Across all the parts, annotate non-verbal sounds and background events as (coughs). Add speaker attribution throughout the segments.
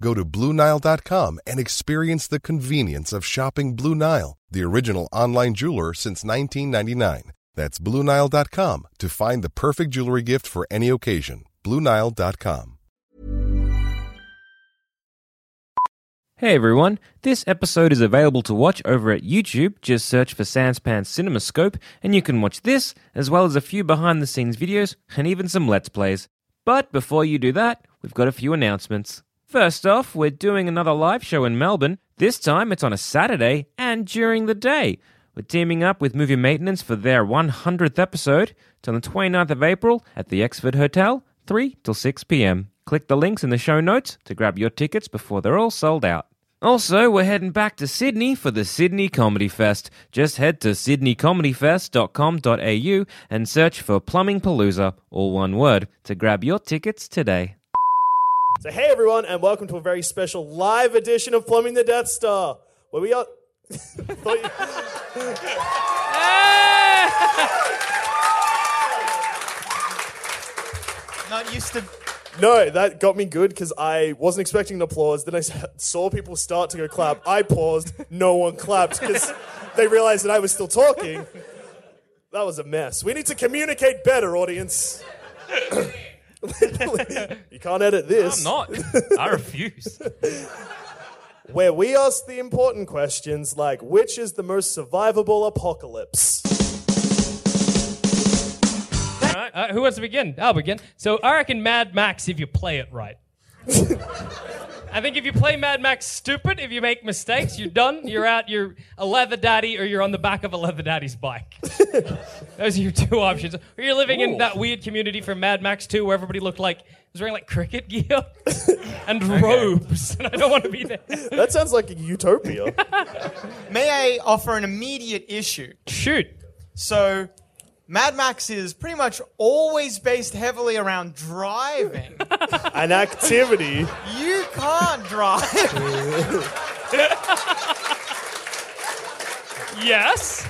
Speaker 1: Go to BlueNile.com and experience the convenience of shopping Blue Nile, the original online jeweler since 1999. That's BlueNile.com to find the perfect jewelry gift for any occasion. BlueNile.com.
Speaker 2: Hey everyone, this episode is available to watch over at YouTube. Just search for Sanspan CinemaScope and you can watch this, as well as a few behind the scenes videos and even some Let's Plays. But before you do that, we've got a few announcements. First off, we're doing another live show in Melbourne. This time it's on a Saturday and during the day. We're teaming up with Movie Maintenance for their 100th episode. It's on the 29th of April at the Exford Hotel, 3 till 6 pm. Click the links in the show notes to grab your tickets before they're all sold out. Also, we're heading back to Sydney for the Sydney Comedy Fest. Just head to sydneycomedyfest.com.au and search for Plumbing Palooza, all one word, to grab your tickets today.
Speaker 3: So, hey everyone, and welcome to a very special live edition of Plumbing the Death Star, where we are. (laughs) Thought you-
Speaker 4: (laughs) Not used to.
Speaker 3: No, that got me good because I wasn't expecting an applause. Then I s- saw people start to go clap. I paused. No one clapped because they realized that I was still talking. That was a mess. We need to communicate better, audience. (coughs) you can't edit this.
Speaker 2: not. I refuse.
Speaker 3: Where we ask the important questions like which is the most survivable
Speaker 5: (laughs)
Speaker 3: apocalypse?
Speaker 5: Uh, who wants to begin? I'll begin. So I reckon Mad Max if you play it right. I think if you play Mad Max stupid, if you make mistakes, you're done. You're out. You're a leather daddy, or you're on the back of a leather daddy's bike. Those are your two options. Or you're living in that weird community from Mad Max 2 where everybody looked like was wearing like cricket gear and robes, and I don't want to be there.
Speaker 3: That sounds like a
Speaker 5: (laughs)
Speaker 3: utopia.
Speaker 4: May I offer an immediate issue?
Speaker 5: Shoot.
Speaker 4: So, Mad Max is pretty much always based heavily around driving.
Speaker 3: An activity.
Speaker 4: you can't drive.
Speaker 5: Yes.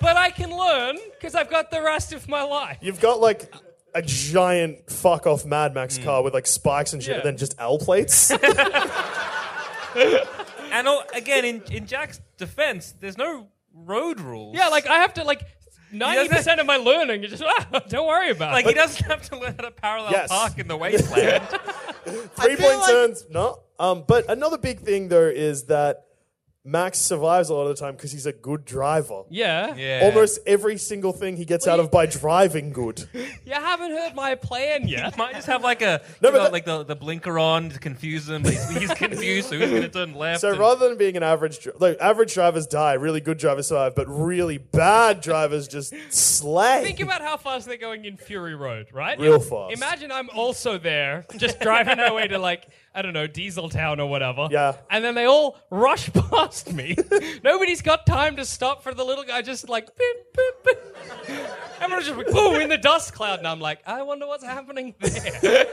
Speaker 5: But I can learn because I've got the rest of my life.
Speaker 3: You've got like a giant fuck off Mad Max car with like spikes and shit,
Speaker 5: Hmm. Yeah.
Speaker 3: and then just L
Speaker 5: (laughs)
Speaker 3: plates. (laughs)
Speaker 2: And all, again, in, in Jack's defense, there's no road rules.
Speaker 5: Yeah, like I have to like ninety percent of my learning is just (laughs) ah, don't worry about
Speaker 2: Like,
Speaker 5: it.
Speaker 2: he doesn't have to learn how to parallel
Speaker 3: Yes.
Speaker 2: park in the wasteland.
Speaker 3: Three
Speaker 4: feel
Speaker 3: point
Speaker 4: like-
Speaker 3: turns. No. Um, but another big thing though is that Max survives a lot of the time because he's a good driver.
Speaker 5: Yeah. yeah.
Speaker 3: Almost every single thing he gets out of by driving good.
Speaker 5: You haven't heard (laughs) my plan
Speaker 2: (laughs)
Speaker 5: yet.
Speaker 2: Might just have like a
Speaker 3: No,
Speaker 2: you
Speaker 3: but
Speaker 2: know,
Speaker 3: that-
Speaker 2: like the, the blinker on to confuse him. But he's, he's confused, so he's
Speaker 3: (laughs)
Speaker 2: going to turn left.
Speaker 3: So
Speaker 2: and-
Speaker 3: rather than being an average, dri- like average drivers die, really good drivers survive, but really bad drivers just slay.
Speaker 5: Think about how fast they're going in Fury Road, right?
Speaker 3: Real fast.
Speaker 5: Imagine I'm also there, just driving my way to like I don't know Diesel Town or whatever.
Speaker 3: Yeah.
Speaker 5: And then they all rush (laughs) past me. Nobody's got time to stop for the little guy. Just like boop boop boop. Everyone's just like, boom in the dust cloud, and I'm like, I wonder what's happening there.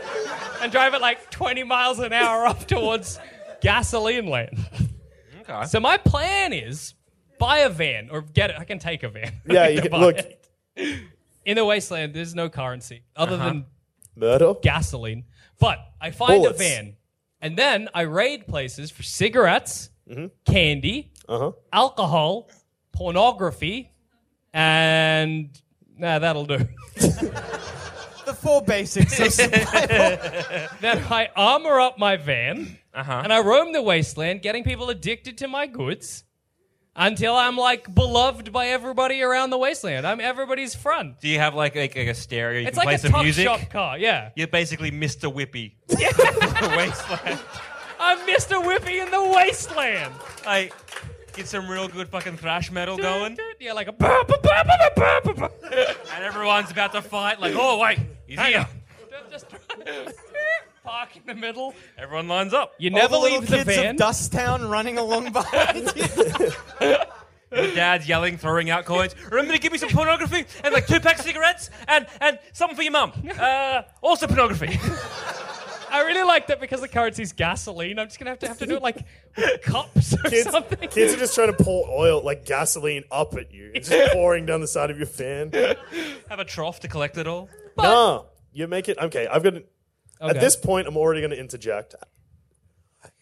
Speaker 5: and drive at like 20 miles an hour up towards gasoline land.
Speaker 2: Okay.
Speaker 5: So my plan is buy a van or get it. I can take a van. (laughs)
Speaker 3: yeah, you
Speaker 5: To
Speaker 3: can,
Speaker 5: buy
Speaker 3: look,
Speaker 5: it. In the wasteland, there's no currency other
Speaker 2: Uh-huh.
Speaker 5: than
Speaker 3: murder.
Speaker 5: gasoline. But I find
Speaker 3: Bullets.
Speaker 5: a van, and then I raid places for cigarettes,
Speaker 2: Mm-hmm.
Speaker 5: candy,
Speaker 3: Uh-huh.
Speaker 5: alcohol, pornography, and nah, that'll do. (laughs)
Speaker 4: the four basics of survival.
Speaker 5: then I armor up my van,
Speaker 2: Uh-huh.
Speaker 5: and I roam the wasteland, getting people addicted to my goods. Until I'm like beloved by everybody around the wasteland. I'm everybody's friend.
Speaker 2: Do you have like like, like a stereo? You
Speaker 5: It's
Speaker 2: can
Speaker 5: like
Speaker 2: play
Speaker 5: a
Speaker 2: some
Speaker 5: top
Speaker 2: music.
Speaker 5: shop car, yeah.
Speaker 2: You're basically Mr.
Speaker 5: (laughs)
Speaker 2: Whippy. (laughs) The wasteland.
Speaker 5: I'm Mr. Whippy in the wasteland.
Speaker 2: Like, get some real good fucking thrash metal going,
Speaker 5: Yeah, like a. bah, bah, bah, bah, bah, bah, bah.
Speaker 2: and everyone's about to fight. Like, oh wait, he's
Speaker 5: Hang
Speaker 2: here.
Speaker 5: on. Just (laughs) park in the middle.
Speaker 2: Everyone lines up.
Speaker 5: You
Speaker 4: All
Speaker 5: never
Speaker 4: the little
Speaker 5: leave the
Speaker 4: kids
Speaker 5: van.
Speaker 4: of Dust Town running along behind you.
Speaker 2: Oh,
Speaker 6: Your dad's yelling, throwing out coins. Remember to give me some pornography and like two packs of cigarettes and and something for your
Speaker 5: (laughs)
Speaker 6: mum. Uh, also
Speaker 2: (laughs)
Speaker 6: pornography.
Speaker 5: oh, I really like that because the currency's gasoline. I'm just gonna have to have to do it like
Speaker 3: (laughs)
Speaker 5: with cups or
Speaker 3: Kids,
Speaker 5: something.
Speaker 3: kids are just trying to pour oil, like gasoline, up at you. It's just pouring down the side of your
Speaker 5: (laughs)
Speaker 3: fan.
Speaker 6: Have a trough to collect it all.
Speaker 3: Nah, you make it. Okay, I've got.
Speaker 5: Okay.
Speaker 3: At this point, I'm already going to interject.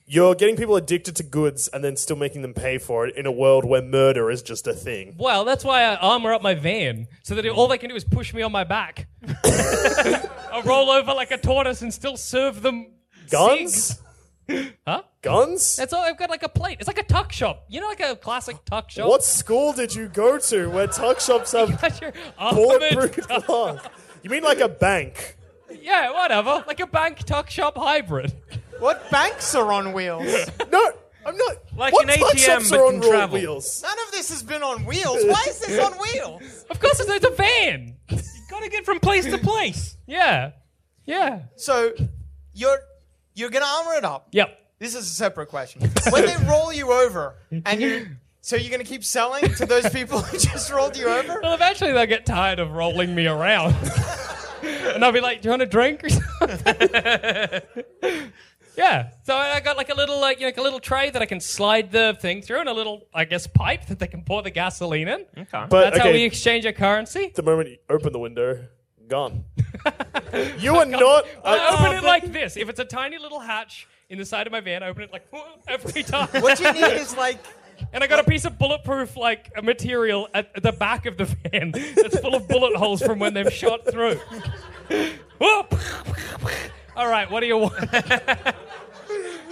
Speaker 3: You're getting people addicted to goods and then still making them pay for it in a world where murder is just a thing.
Speaker 5: Well, that's why I armor up my van so that all they can do is push me on my back.
Speaker 3: (laughs)
Speaker 5: I roll over like a tortoise and still serve them cigs.
Speaker 3: Guns?
Speaker 5: Huh?
Speaker 3: Guns?
Speaker 5: That's all. I've got like a plate. It's like a tuck shop. You know, like a classic tuck shop. (laughs)
Speaker 3: what school did you go to where tuck shops have
Speaker 5: That's your armored (laughs)
Speaker 3: bulletproof glass? You mean like a bank?
Speaker 5: Yeah, whatever. Like a bank tuck shop hybrid.
Speaker 4: What banks are on wheels?
Speaker 3: No, I'm not.
Speaker 6: Like
Speaker 3: what
Speaker 6: an
Speaker 3: tuck
Speaker 6: ATM,
Speaker 3: shops
Speaker 6: but
Speaker 3: are
Speaker 6: can
Speaker 3: on roll
Speaker 6: travel.
Speaker 3: wheels?
Speaker 4: None of this has been on wheels. Why is this on wheels?
Speaker 5: Of course, it's, it's a van.
Speaker 6: Gotta get from place to place.
Speaker 5: Yeah. Yeah.
Speaker 4: So you're you're gonna armor it up.
Speaker 5: Yep.
Speaker 4: This is a separate question. When they roll you over and you so you're gonna keep selling to those people who just rolled you over?
Speaker 5: Well, eventually they'll get tired of rolling me around. (laughs) and I'll be like, do you want a drink or something? (laughs) yeah. So I I got like a little, like, you know, like a little tray that I can slide the thing through and a little, I guess, pipe that they can pour the gasoline in.
Speaker 3: But
Speaker 5: That's
Speaker 3: okay,
Speaker 5: how we exchange our currency.
Speaker 3: the moment you open the window,
Speaker 5: (laughs)
Speaker 3: gone. you are not.
Speaker 5: I
Speaker 3: I-
Speaker 4: Oh,
Speaker 5: open it like this. If it's a tiny little hatch in the side of my van, I open it like (laughs) every time.
Speaker 4: What you need is like
Speaker 5: And I got a piece of bulletproof like uh, material at at the back of the van (laughs) that's full of bullet holes from when they've shot through. Whoop. All right, what do you want? (laughs)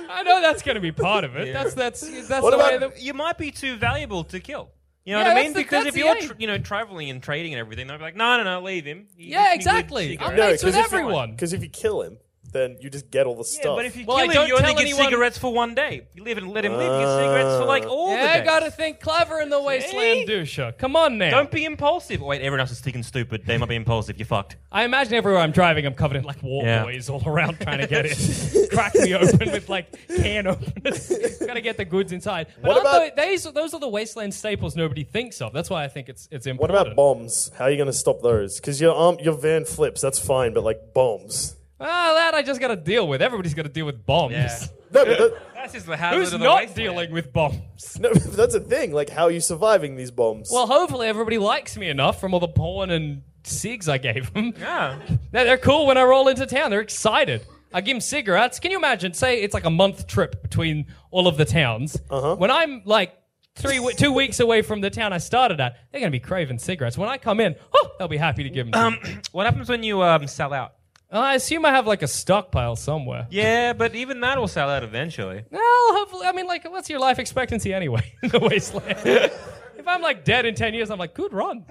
Speaker 5: I know that's going to be part of it. That's that's that's
Speaker 3: What
Speaker 5: the way
Speaker 3: about-
Speaker 5: that.
Speaker 6: You might be too valuable to kill. You know
Speaker 5: Yeah,
Speaker 6: what I
Speaker 5: that's
Speaker 6: mean?
Speaker 5: the-
Speaker 6: because
Speaker 5: that's
Speaker 6: if
Speaker 5: the
Speaker 6: you're
Speaker 5: aim.
Speaker 6: tr- you know traveling and trading and everything, they'll be like, no, no, no, leave him. He
Speaker 5: Yeah,
Speaker 6: just needs a
Speaker 5: exactly. I'm
Speaker 6: cigarette."
Speaker 5: mates
Speaker 3: No, (laughs) 'cause
Speaker 5: with
Speaker 3: if you-
Speaker 5: everyone.
Speaker 3: Because if you kill him, then you just get all the
Speaker 6: Yeah,
Speaker 3: stuff.
Speaker 6: but if you
Speaker 5: Well, I
Speaker 6: kill
Speaker 5: don't
Speaker 6: him, you only
Speaker 5: tell
Speaker 6: get
Speaker 5: anyone-
Speaker 6: cigarettes for one day. You live and let him live. You get cigarettes for like all the
Speaker 5: Yeah, I
Speaker 6: days.
Speaker 5: got to think clever in the wasteland, Dusha. Come on now.
Speaker 6: Don't be impulsive. Wait, everyone else is thinking stupid. They might be impulsive. You're fucked.
Speaker 5: I imagine everywhere I'm driving, I'm covered in like war
Speaker 6: Yeah.
Speaker 5: boys all around trying to
Speaker 3: (laughs)
Speaker 5: get it. Crack me open with like can openers. (laughs) Gotta get the goods inside. But
Speaker 3: What
Speaker 5: aren't
Speaker 3: about-
Speaker 5: tho- these, those are the wasteland staples nobody thinks of. That's why I think it's, it's
Speaker 3: What
Speaker 5: important.
Speaker 3: about bombs? How are you going to stop those? Because your arm, your van flips. That's fine, but like bombs.
Speaker 5: Ah, that I just gotta deal with. Everybody's gotta deal with bombs. (laughs)
Speaker 3: No, but that, (laughs)
Speaker 6: That's just the hazard
Speaker 5: Who's
Speaker 6: of the
Speaker 5: not
Speaker 6: wasteland.
Speaker 5: dealing with bombs?
Speaker 3: no, (laughs) but that's a thing. Like, how are you surviving these bombs?
Speaker 5: Well, hopefully everybody likes me enough from all the porn and cigs I gave them.
Speaker 6: Yeah.
Speaker 5: They're, they're cool when I roll into town. They're excited. I give them cigarettes. Can you imagine? Say it's like a month trip between all of the towns. Uh-huh. When I'm like three, we- two weeks away from the town I started at, they're going to be craving cigarettes. When I come in, oh, they'll be happy to give them. Um,
Speaker 6: What happens when you um, sell out?
Speaker 5: I assume I have like a stockpile somewhere.
Speaker 6: Yeah, but even that will sell out eventually.
Speaker 5: Well, hopefully, I mean, like, what's your life expectancy anyway (laughs) in
Speaker 6: (laughs)
Speaker 5: the wasteland? if I'm like dead in ten years, I'm like, good run.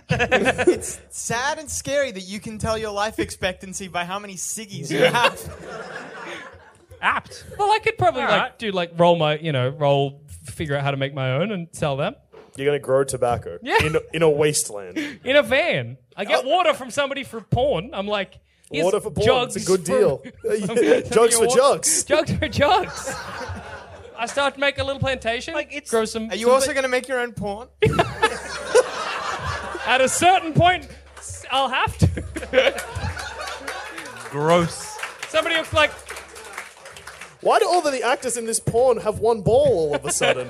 Speaker 4: sad and scary that you can tell your life expectancy by how many ciggies you have.
Speaker 6: Apt.
Speaker 5: Well, I could probably
Speaker 6: All
Speaker 5: like
Speaker 6: right.
Speaker 5: do like roll my, you know, roll, figure out how to make my own and sell them.
Speaker 3: You're going to grow tobacco
Speaker 5: Yeah.
Speaker 3: in in a wasteland.
Speaker 5: in a van. I get water from somebody for porn. I'm like, here's
Speaker 3: Oh. Water for bombs.
Speaker 5: jugs
Speaker 3: It's a good
Speaker 5: for- (laughs)
Speaker 3: (laughs) deal. jugs
Speaker 5: your
Speaker 3: for
Speaker 5: wa-
Speaker 3: jugs.
Speaker 5: Jugs for jugs. I start to make a little plantation. Like
Speaker 6: it's-
Speaker 5: grow some.
Speaker 4: Are you
Speaker 5: some
Speaker 4: also
Speaker 5: ba-
Speaker 4: going to make your own
Speaker 5: (laughs)
Speaker 4: porn?
Speaker 5: at a certain point? s- I'll have to. (laughs)
Speaker 6: Gross.
Speaker 5: Somebody looks like
Speaker 3: Why do all the actors in this porn have one ball all of a sudden?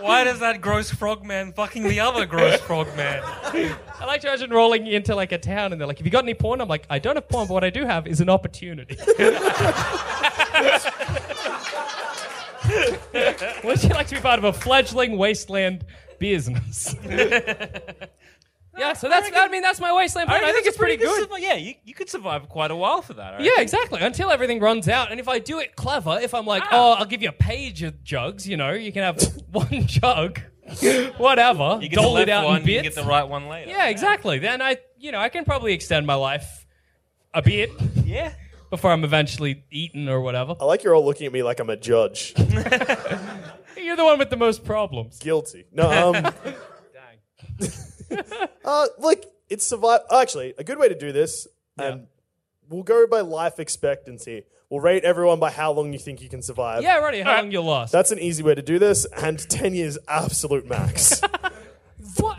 Speaker 6: Why does that gross frogman fucking the other gross frogman?
Speaker 5: I like to imagine rolling into like a town and they're like, "Have you got any porn?" I'm like, "I don't have porn, but what I do have is an opportunity." (laughs) Would you like to be part of a fledgling wasteland business? yeah, so that's I mean that's my wasteland plan. I, think it's pretty, good.
Speaker 6: yeah, you, you could survive quite a while for that. I
Speaker 5: Yeah,
Speaker 6: reckon.
Speaker 5: exactly. Until everything runs out, and if I do it clever, if I'm like,
Speaker 6: Ah.
Speaker 5: "Oh, I'll give you a page of jugs," you know, you can have (laughs) one jug, whatever,
Speaker 6: You get
Speaker 5: dole
Speaker 6: the
Speaker 5: it
Speaker 6: left
Speaker 5: out
Speaker 6: one,
Speaker 5: in bits.
Speaker 6: you get the right one later.
Speaker 5: Yeah, exactly. Then I, you know, I can probably extend my life a bit
Speaker 6: Yeah.
Speaker 5: before I'm eventually eaten or whatever.
Speaker 3: (laughs) I like you're all looking at me like I'm a judge. (laughs)
Speaker 5: You're the one with the most problems.
Speaker 3: Guilty. No. Um, (laughs) Uh, look, oh, um, it's survive. Actually, a good way to do this, and we'll go by life expectancy. We'll rate everyone by how long you think you can survive.
Speaker 5: Yeah, righty. How long you last?
Speaker 3: That's an easy way to do this, and 10 years absolute (laughs) max.
Speaker 5: What?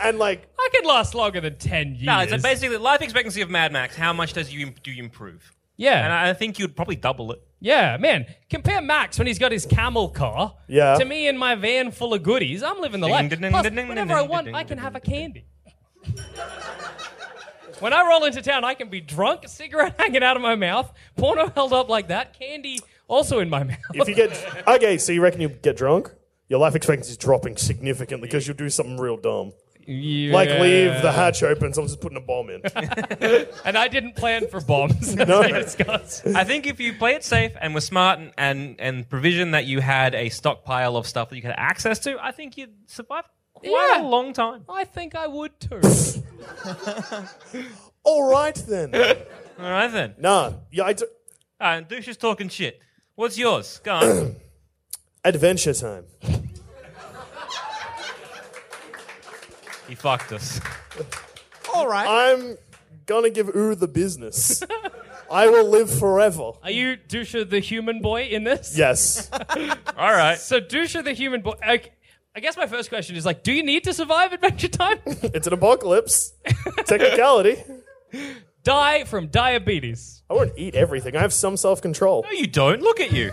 Speaker 3: and like,
Speaker 5: I could last longer than ten years.
Speaker 2: No, so basically, life expectancy of Mad Max. How much does you im- do you improve?
Speaker 5: yeah,
Speaker 2: And I I think you'd probably double it.
Speaker 5: yeah, man. Compare Max when he's got his camel car.
Speaker 3: Yeah.
Speaker 5: To me in my van full of goodies, I'm living the
Speaker 2: Ding,
Speaker 5: life.
Speaker 2: ding, ding,
Speaker 5: Plus,
Speaker 2: ding, ding,
Speaker 5: whenever I
Speaker 2: ding,
Speaker 5: want,
Speaker 2: ding,
Speaker 5: I can
Speaker 2: ding,
Speaker 5: have a candy. (laughs) When I roll into town, I can be drunk, cigarette (laughs) hanging out of my mouth, porno held up like that, candy also in my (laughs) mouth.
Speaker 3: if you get. Okay, so you reckon you get drunk? Your life expectancy is dropping significantly because you'll do something real dumb. Like leave the hatch open, someone's just putting a bomb in.
Speaker 5: And I didn't plan
Speaker 3: (laughs)
Speaker 5: for bombs. as
Speaker 3: No.
Speaker 5: we discussed.
Speaker 2: I think if you play it safe and were smart and, and, and provision that you had a stockpile of stuff that you had access to, I think you'd survive quite
Speaker 5: Yeah.
Speaker 2: a long time.
Speaker 5: I think I would
Speaker 3: (laughs)
Speaker 5: too.
Speaker 3: All right then.
Speaker 2: All right then.
Speaker 3: Nah, yeah, I do-
Speaker 2: Uh, Douche is talking shit. What's yours? Go
Speaker 5: (clears throat)
Speaker 2: on.
Speaker 3: adventure time.
Speaker 2: he fucked us.
Speaker 4: All right.
Speaker 3: I'm gonna give Ooh the business. I will live forever.
Speaker 5: Are you Dusha the human boy in this?
Speaker 3: Yes.
Speaker 2: All right.
Speaker 5: So Dusha the human boy. Okay, I guess my first question is like, do you need to survive Adventure Time?
Speaker 3: It's an apocalypse. Technicality.
Speaker 5: Die from diabetes.
Speaker 3: I won't eat everything. I have some self control.
Speaker 2: No, you don't. Look at
Speaker 5: (laughs)
Speaker 2: you.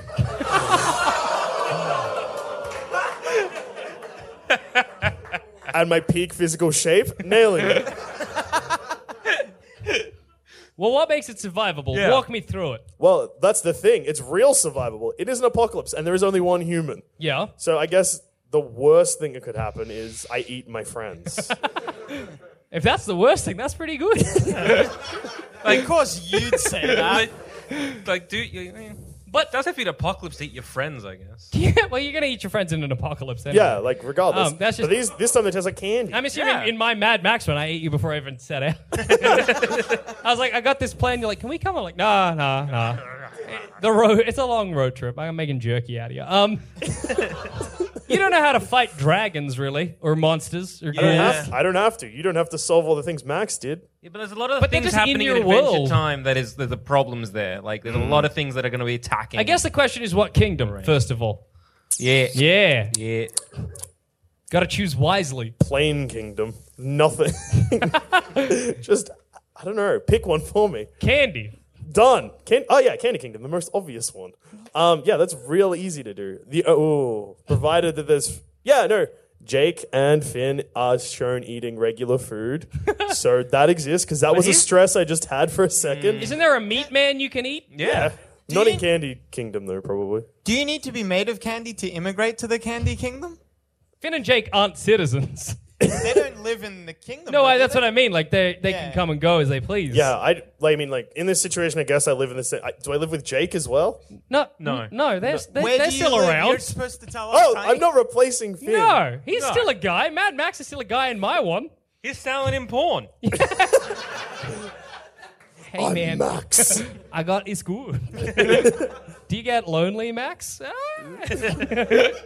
Speaker 3: And my peak physical shape, nailing it.
Speaker 5: Well, what makes it survivable?
Speaker 2: Yeah.
Speaker 5: Walk me through it.
Speaker 3: Well, that's the thing. It's real survivable. It is an apocalypse, and there is only one human.
Speaker 5: Yeah.
Speaker 3: So I guess the worst thing that could happen is I eat my friends.
Speaker 5: If that's the worst thing, that's pretty good. (laughs)
Speaker 4: of course, you'd say that.
Speaker 2: Like, dude, you, eh. but does if you'd apocalypse to eat your friends? I guess.
Speaker 5: yeah. Well, you're gonna eat your friends in an apocalypse. Anyway.
Speaker 3: yeah, like regardless.
Speaker 5: Um, that's just-
Speaker 3: But these, this time it tastes like candy.
Speaker 5: I'm assuming
Speaker 2: Yeah.
Speaker 5: in my Mad Max one, I ate you before I even
Speaker 2: (laughs)
Speaker 5: set out. (laughs) I was like, I got this plan. You're like, can we come? I'm like, nah, nah, nah. The road, it's a long road trip. I'm making jerky out of you. Um, (laughs) you don't know how to fight dragons, really, or monsters, or
Speaker 3: I, don't
Speaker 5: ghouls.
Speaker 3: have, I don't have to. You don't have to solve all the things Max did.
Speaker 2: Yeah, but there's a lot of
Speaker 5: But they're
Speaker 2: things
Speaker 5: just in
Speaker 2: happening in,
Speaker 5: your
Speaker 2: Adventure
Speaker 5: world.
Speaker 2: Time that is that the problems there. Like, there's a lot of things that are going to be attacking.
Speaker 5: I guess the question is, what kingdom? First of all,
Speaker 2: Yeah. Yeah.
Speaker 5: yeah,
Speaker 2: Yeah.
Speaker 5: got to choose wisely.
Speaker 3: Plain Kingdom. Nothing. (laughs) Just, I don't know. Pick one for me.
Speaker 5: Candy.
Speaker 3: Done. Can- oh, yeah, Candy Kingdom, the most obvious one. Um, yeah, that's real easy to do. The Oh, provided that there's. Yeah, no. Jake and Finn are shown eating regular
Speaker 5: (laughs)
Speaker 3: food. so that exists because that was a
Speaker 5: he's-
Speaker 3: stress I just had for a second.
Speaker 5: Isn't there a meat man you can eat?
Speaker 3: Yeah. Not in
Speaker 4: you-
Speaker 3: Candy Kingdom, though, probably.
Speaker 4: Do you need to be made of candy to immigrate to the Candy Kingdom?
Speaker 5: Finn and Jake aren't citizens. (laughs)
Speaker 4: They don't live in the kingdom.
Speaker 5: No,
Speaker 4: do
Speaker 5: I,
Speaker 4: they?
Speaker 5: that's what I mean. Like they, they
Speaker 4: Yeah.
Speaker 5: can come and go as they please.
Speaker 3: Yeah, I, like, I mean, like, in this situation, I guess I live in this. I, do I live with Jake as well?
Speaker 5: No,
Speaker 2: No.
Speaker 5: no, they're, they're,
Speaker 4: Where
Speaker 5: they're
Speaker 4: do you
Speaker 5: still
Speaker 4: live?
Speaker 5: around.
Speaker 4: You're supposed to tell us.
Speaker 3: Oh,
Speaker 4: Tiny.
Speaker 3: I'm not replacing Finn.
Speaker 5: No, he's still a guy. Mad Max is still a guy in my one.
Speaker 2: He's selling him
Speaker 5: (laughs)
Speaker 2: porn.
Speaker 5: Hey
Speaker 3: I'm
Speaker 5: man,
Speaker 3: Max.
Speaker 5: I got it's good. (laughs) Do you get lonely, Max? Ah.
Speaker 3: (laughs)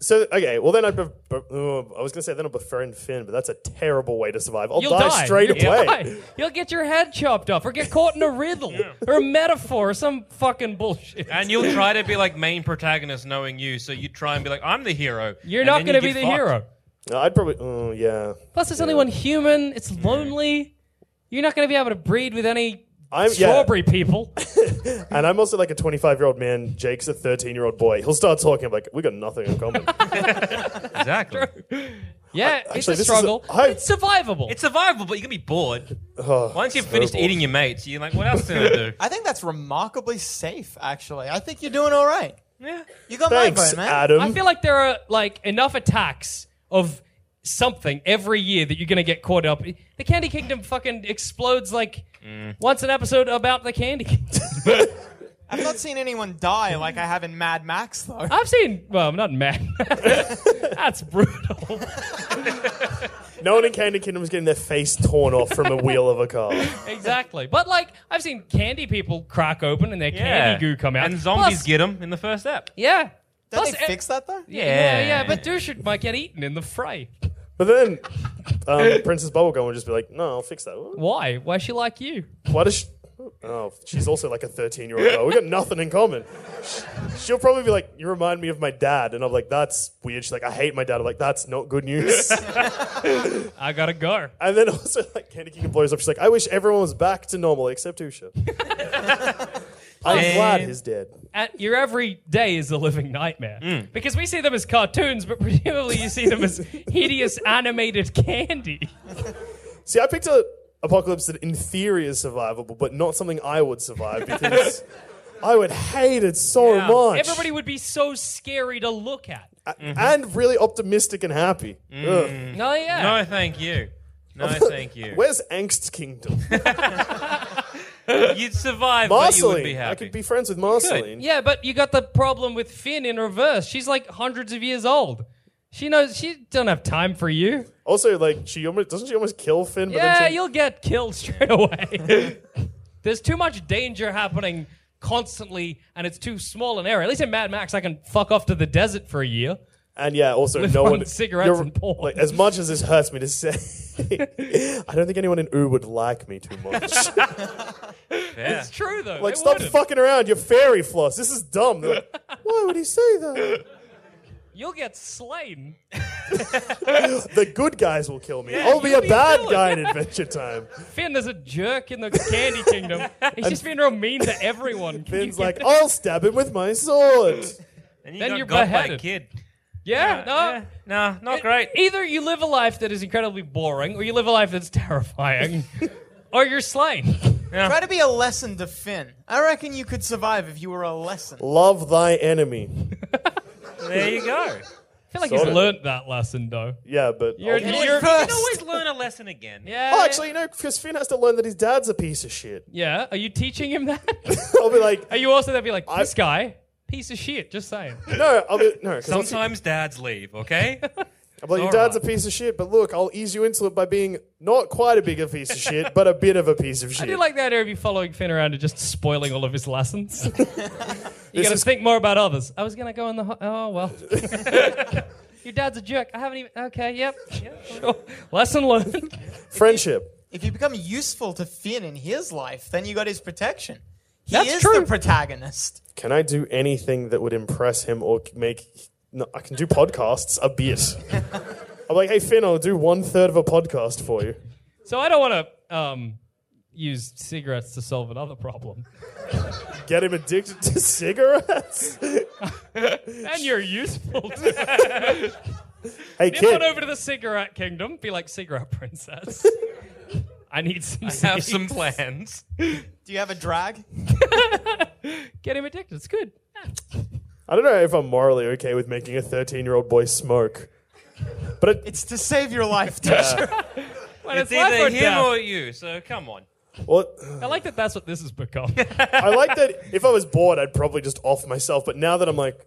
Speaker 3: So okay, well then I'd be, oh, I was gonna say then I'll befriend Finn, but that's a terrible way to survive. I'll
Speaker 5: You'll
Speaker 3: die,
Speaker 5: die,
Speaker 3: straight
Speaker 5: You'll
Speaker 3: away.
Speaker 5: die. You'll get your head chopped off, or get caught in
Speaker 3: (laughs)
Speaker 5: a riddle, or a metaphor, or some fucking bullshit.
Speaker 2: And you'll try to be like main protagonist knowing you, so you try and be like, I'm the hero.
Speaker 5: You're
Speaker 2: And
Speaker 5: not
Speaker 2: then
Speaker 5: going to
Speaker 2: you
Speaker 5: be
Speaker 2: get
Speaker 5: the
Speaker 2: fucked.
Speaker 5: hero.
Speaker 3: No, I'd probably, oh yeah,
Speaker 5: Plus, there's only one human. It's lonely. You're not going to be able to breed with any
Speaker 3: I'm yeah,
Speaker 5: strawberry people.
Speaker 3: and I'm also like a 25 year old man. Jake's a 13 year old boy. He'll start talking I'm like we got nothing in
Speaker 5: (laughs)
Speaker 3: common.
Speaker 2: (laughs) Exactly.
Speaker 5: Yeah,
Speaker 3: actually,
Speaker 5: it's
Speaker 3: this
Speaker 5: a
Speaker 3: is a-
Speaker 5: struggle.
Speaker 3: I-
Speaker 5: it's survivable.
Speaker 2: It's survivable, but you're going to be bored.
Speaker 3: Oh,
Speaker 2: Once you've finished
Speaker 3: terrible.
Speaker 2: eating your mates, you're like, what else can I
Speaker 5: (laughs)
Speaker 2: do?
Speaker 4: I think that's remarkably safe, actually. I think you're doing all right.
Speaker 2: yeah.
Speaker 4: You got my
Speaker 3: Thanks,
Speaker 4: vote, man.
Speaker 3: Adam.
Speaker 5: I feel like there are like enough attacks of something every year that you're going to get caught up. The Candy Kingdom fucking explodes like once an episode about the Candy Kingdom.
Speaker 4: I've not seen anyone die like I have in Mad Max, though.
Speaker 5: I've seen. Well, I'm not mad. That's brutal.
Speaker 3: no one in Candy Kingdom is getting their face torn off from the wheel of a car.
Speaker 5: (laughs) exactly. But like, I've seen candy people crack open and their
Speaker 2: Yeah.
Speaker 5: candy goo come out.
Speaker 2: And zombies
Speaker 5: Plus-
Speaker 2: get 'em get them in the first app.
Speaker 5: Yeah.
Speaker 4: Don't
Speaker 5: Plus,
Speaker 4: they
Speaker 5: eh,
Speaker 4: fix that, though?
Speaker 5: Yeah, yeah, but douche might get eaten in the fray.
Speaker 3: But then um, Princess Bubblegum will just be like, no, I'll fix that.
Speaker 5: Why? Why she like you?
Speaker 3: Why does she, Oh, she's also like a 13 year old girl. We got nothing in common. She'll probably be like, You remind me of my dad. And I'm like, That's weird. She's like, I hate my dad. I'm like, That's not good news.
Speaker 5: I gotta go.
Speaker 3: and then also, like, Candy King blows up. She's like, I wish everyone was back to normal except Usha. I'm glad he's dead.
Speaker 5: And your every day is a living nightmare because we see them as cartoons, but (laughs) presumably you see them (laughs) as hideous animated candy.
Speaker 3: See, I picked a apocalypse that in theory is survivable, but not something I would survive because I would hate it so much.
Speaker 5: Everybody would be so scary to look at.
Speaker 3: and really optimistic and happy. Ugh.
Speaker 5: No, yeah.
Speaker 2: No, thank you. No, thank you.
Speaker 3: Where's Angst
Speaker 5: (laughs)
Speaker 3: Kingdom?
Speaker 2: You'd survive, but you would be
Speaker 3: Marceline.
Speaker 2: happy.
Speaker 3: I could be friends with Marceline.
Speaker 5: Yeah, but you got the problem with Finn in reverse. She's like hundreds of years old. She knows she don't have time for you.
Speaker 3: Also, like she almost doesn't she almost kill Finn? But
Speaker 5: Yeah,
Speaker 3: then she,
Speaker 5: you'll get killed (laughs) straight away. (laughs) There's too much danger happening constantly, and it's too small an area. At least in Mad Max, I can fuck off to the desert for a year.
Speaker 3: and yeah, also
Speaker 5: Live
Speaker 3: no
Speaker 5: on
Speaker 3: one
Speaker 5: cigarettes
Speaker 3: you're-
Speaker 5: and porn.
Speaker 3: Like, as much as this hurts me to say, (laughs) I don't think anyone in U would like me too
Speaker 5: (laughs)
Speaker 3: much.
Speaker 2: Yeah.
Speaker 5: It's true though.
Speaker 3: like,
Speaker 5: It
Speaker 3: stop
Speaker 5: wouldn't.
Speaker 3: fucking around. You're fairy floss. This is dumb. They're
Speaker 5: (laughs)
Speaker 3: like, Why would he say that?
Speaker 5: You'll get slain.
Speaker 3: The good guys will kill me. I'll be
Speaker 5: you
Speaker 3: a
Speaker 5: be
Speaker 3: bad
Speaker 5: killed. (laughs)
Speaker 3: guy in Adventure Time.
Speaker 5: Finn is a jerk in the Candy
Speaker 3: (laughs)
Speaker 5: Kingdom. He's just being real mean to everyone. Can you
Speaker 3: Finn's
Speaker 5: get
Speaker 3: like,
Speaker 5: that?
Speaker 3: I'll stab him with my sword.
Speaker 2: And you
Speaker 5: Then
Speaker 2: got
Speaker 5: you're
Speaker 2: got by a
Speaker 5: beheaded. Oh.
Speaker 2: kid.
Speaker 5: (laughs)
Speaker 3: "Oh,
Speaker 5: yeah, no.
Speaker 2: Yeah. No, not great.
Speaker 5: Either you live a life that is incredibly boring, or you live a life
Speaker 3: (laughs)
Speaker 5: that's terrifying, or you're slain.
Speaker 4: Try to be a lesson to Finn. I reckon you could survive if you were a lesson.
Speaker 3: Love thy enemy.
Speaker 2: There you (laughs) go.
Speaker 5: I feel like
Speaker 3: Sorta.
Speaker 5: he's learnt that lesson though.
Speaker 3: Yeah, but
Speaker 5: You're,
Speaker 3: Oh,
Speaker 5: you're-
Speaker 2: You can always learn a lesson again.
Speaker 5: yeah.
Speaker 3: Oh, actually, no, because Finn has to learn that his dad's a piece of shit.
Speaker 5: yeah. Are you teaching him that?
Speaker 3: (laughs) I'll be
Speaker 5: (laughs)
Speaker 3: like,
Speaker 5: Are you also there? Be like
Speaker 3: I-
Speaker 5: this guy, piece of shit. Just saying. eh?
Speaker 3: no, I'll be no. 'cause I'll-
Speaker 2: Sometimes dads leave, okay?
Speaker 3: I'm like, your
Speaker 2: All
Speaker 3: dad's
Speaker 2: right.
Speaker 3: a piece of shit, but look, I'll ease you into it by being not quite a bigger piece of shit, but a bit of a piece of
Speaker 5: I
Speaker 3: shit.
Speaker 5: do like the idea of you following Finn around and just spoiling all of his lessons. you got to
Speaker 3: is-
Speaker 5: think more about others. I was gonna go in the. Ho- oh well. (laughs) Your dad's a jerk. I haven't even. Okay. Yep. Sure. Lesson learned. (laughs)
Speaker 3: Friendship.
Speaker 4: If you become useful to Finn in his life, then you got his protection. He
Speaker 5: That's
Speaker 4: is
Speaker 5: true.
Speaker 4: the protagonist.
Speaker 3: Can I do anything that would impress him or make? No, I can do podcasts a bit. I'm like, hey Finn, I'll do one third of a podcast for you.
Speaker 5: So I don't want to um, use cigarettes to solve another problem.
Speaker 3: Get him addicted to (laughs) cigarettes.
Speaker 5: And you're useful. To
Speaker 3: Hey
Speaker 5: Nip on
Speaker 3: kid,
Speaker 5: over to the cigarette kingdom. Be like cigarette princess. I need some.
Speaker 2: (laughs) Have
Speaker 5: cig."
Speaker 2: some (laughs) plans.
Speaker 4: Do you have a drag?
Speaker 5: Get him addicted. It's good.
Speaker 3: I don't know if I'm morally okay with making a 13 year old boy smoke, but it,
Speaker 4: It's to save your life, teacher.
Speaker 5: When
Speaker 2: It's
Speaker 5: it's, life
Speaker 2: either
Speaker 5: or
Speaker 2: him
Speaker 5: death.
Speaker 2: or you, so come on.
Speaker 3: well,
Speaker 5: I like that. That's what this
Speaker 2: (laughs)
Speaker 5: has become.
Speaker 3: I like that. If I was bored, I'd probably just off myself. But now that I'm like,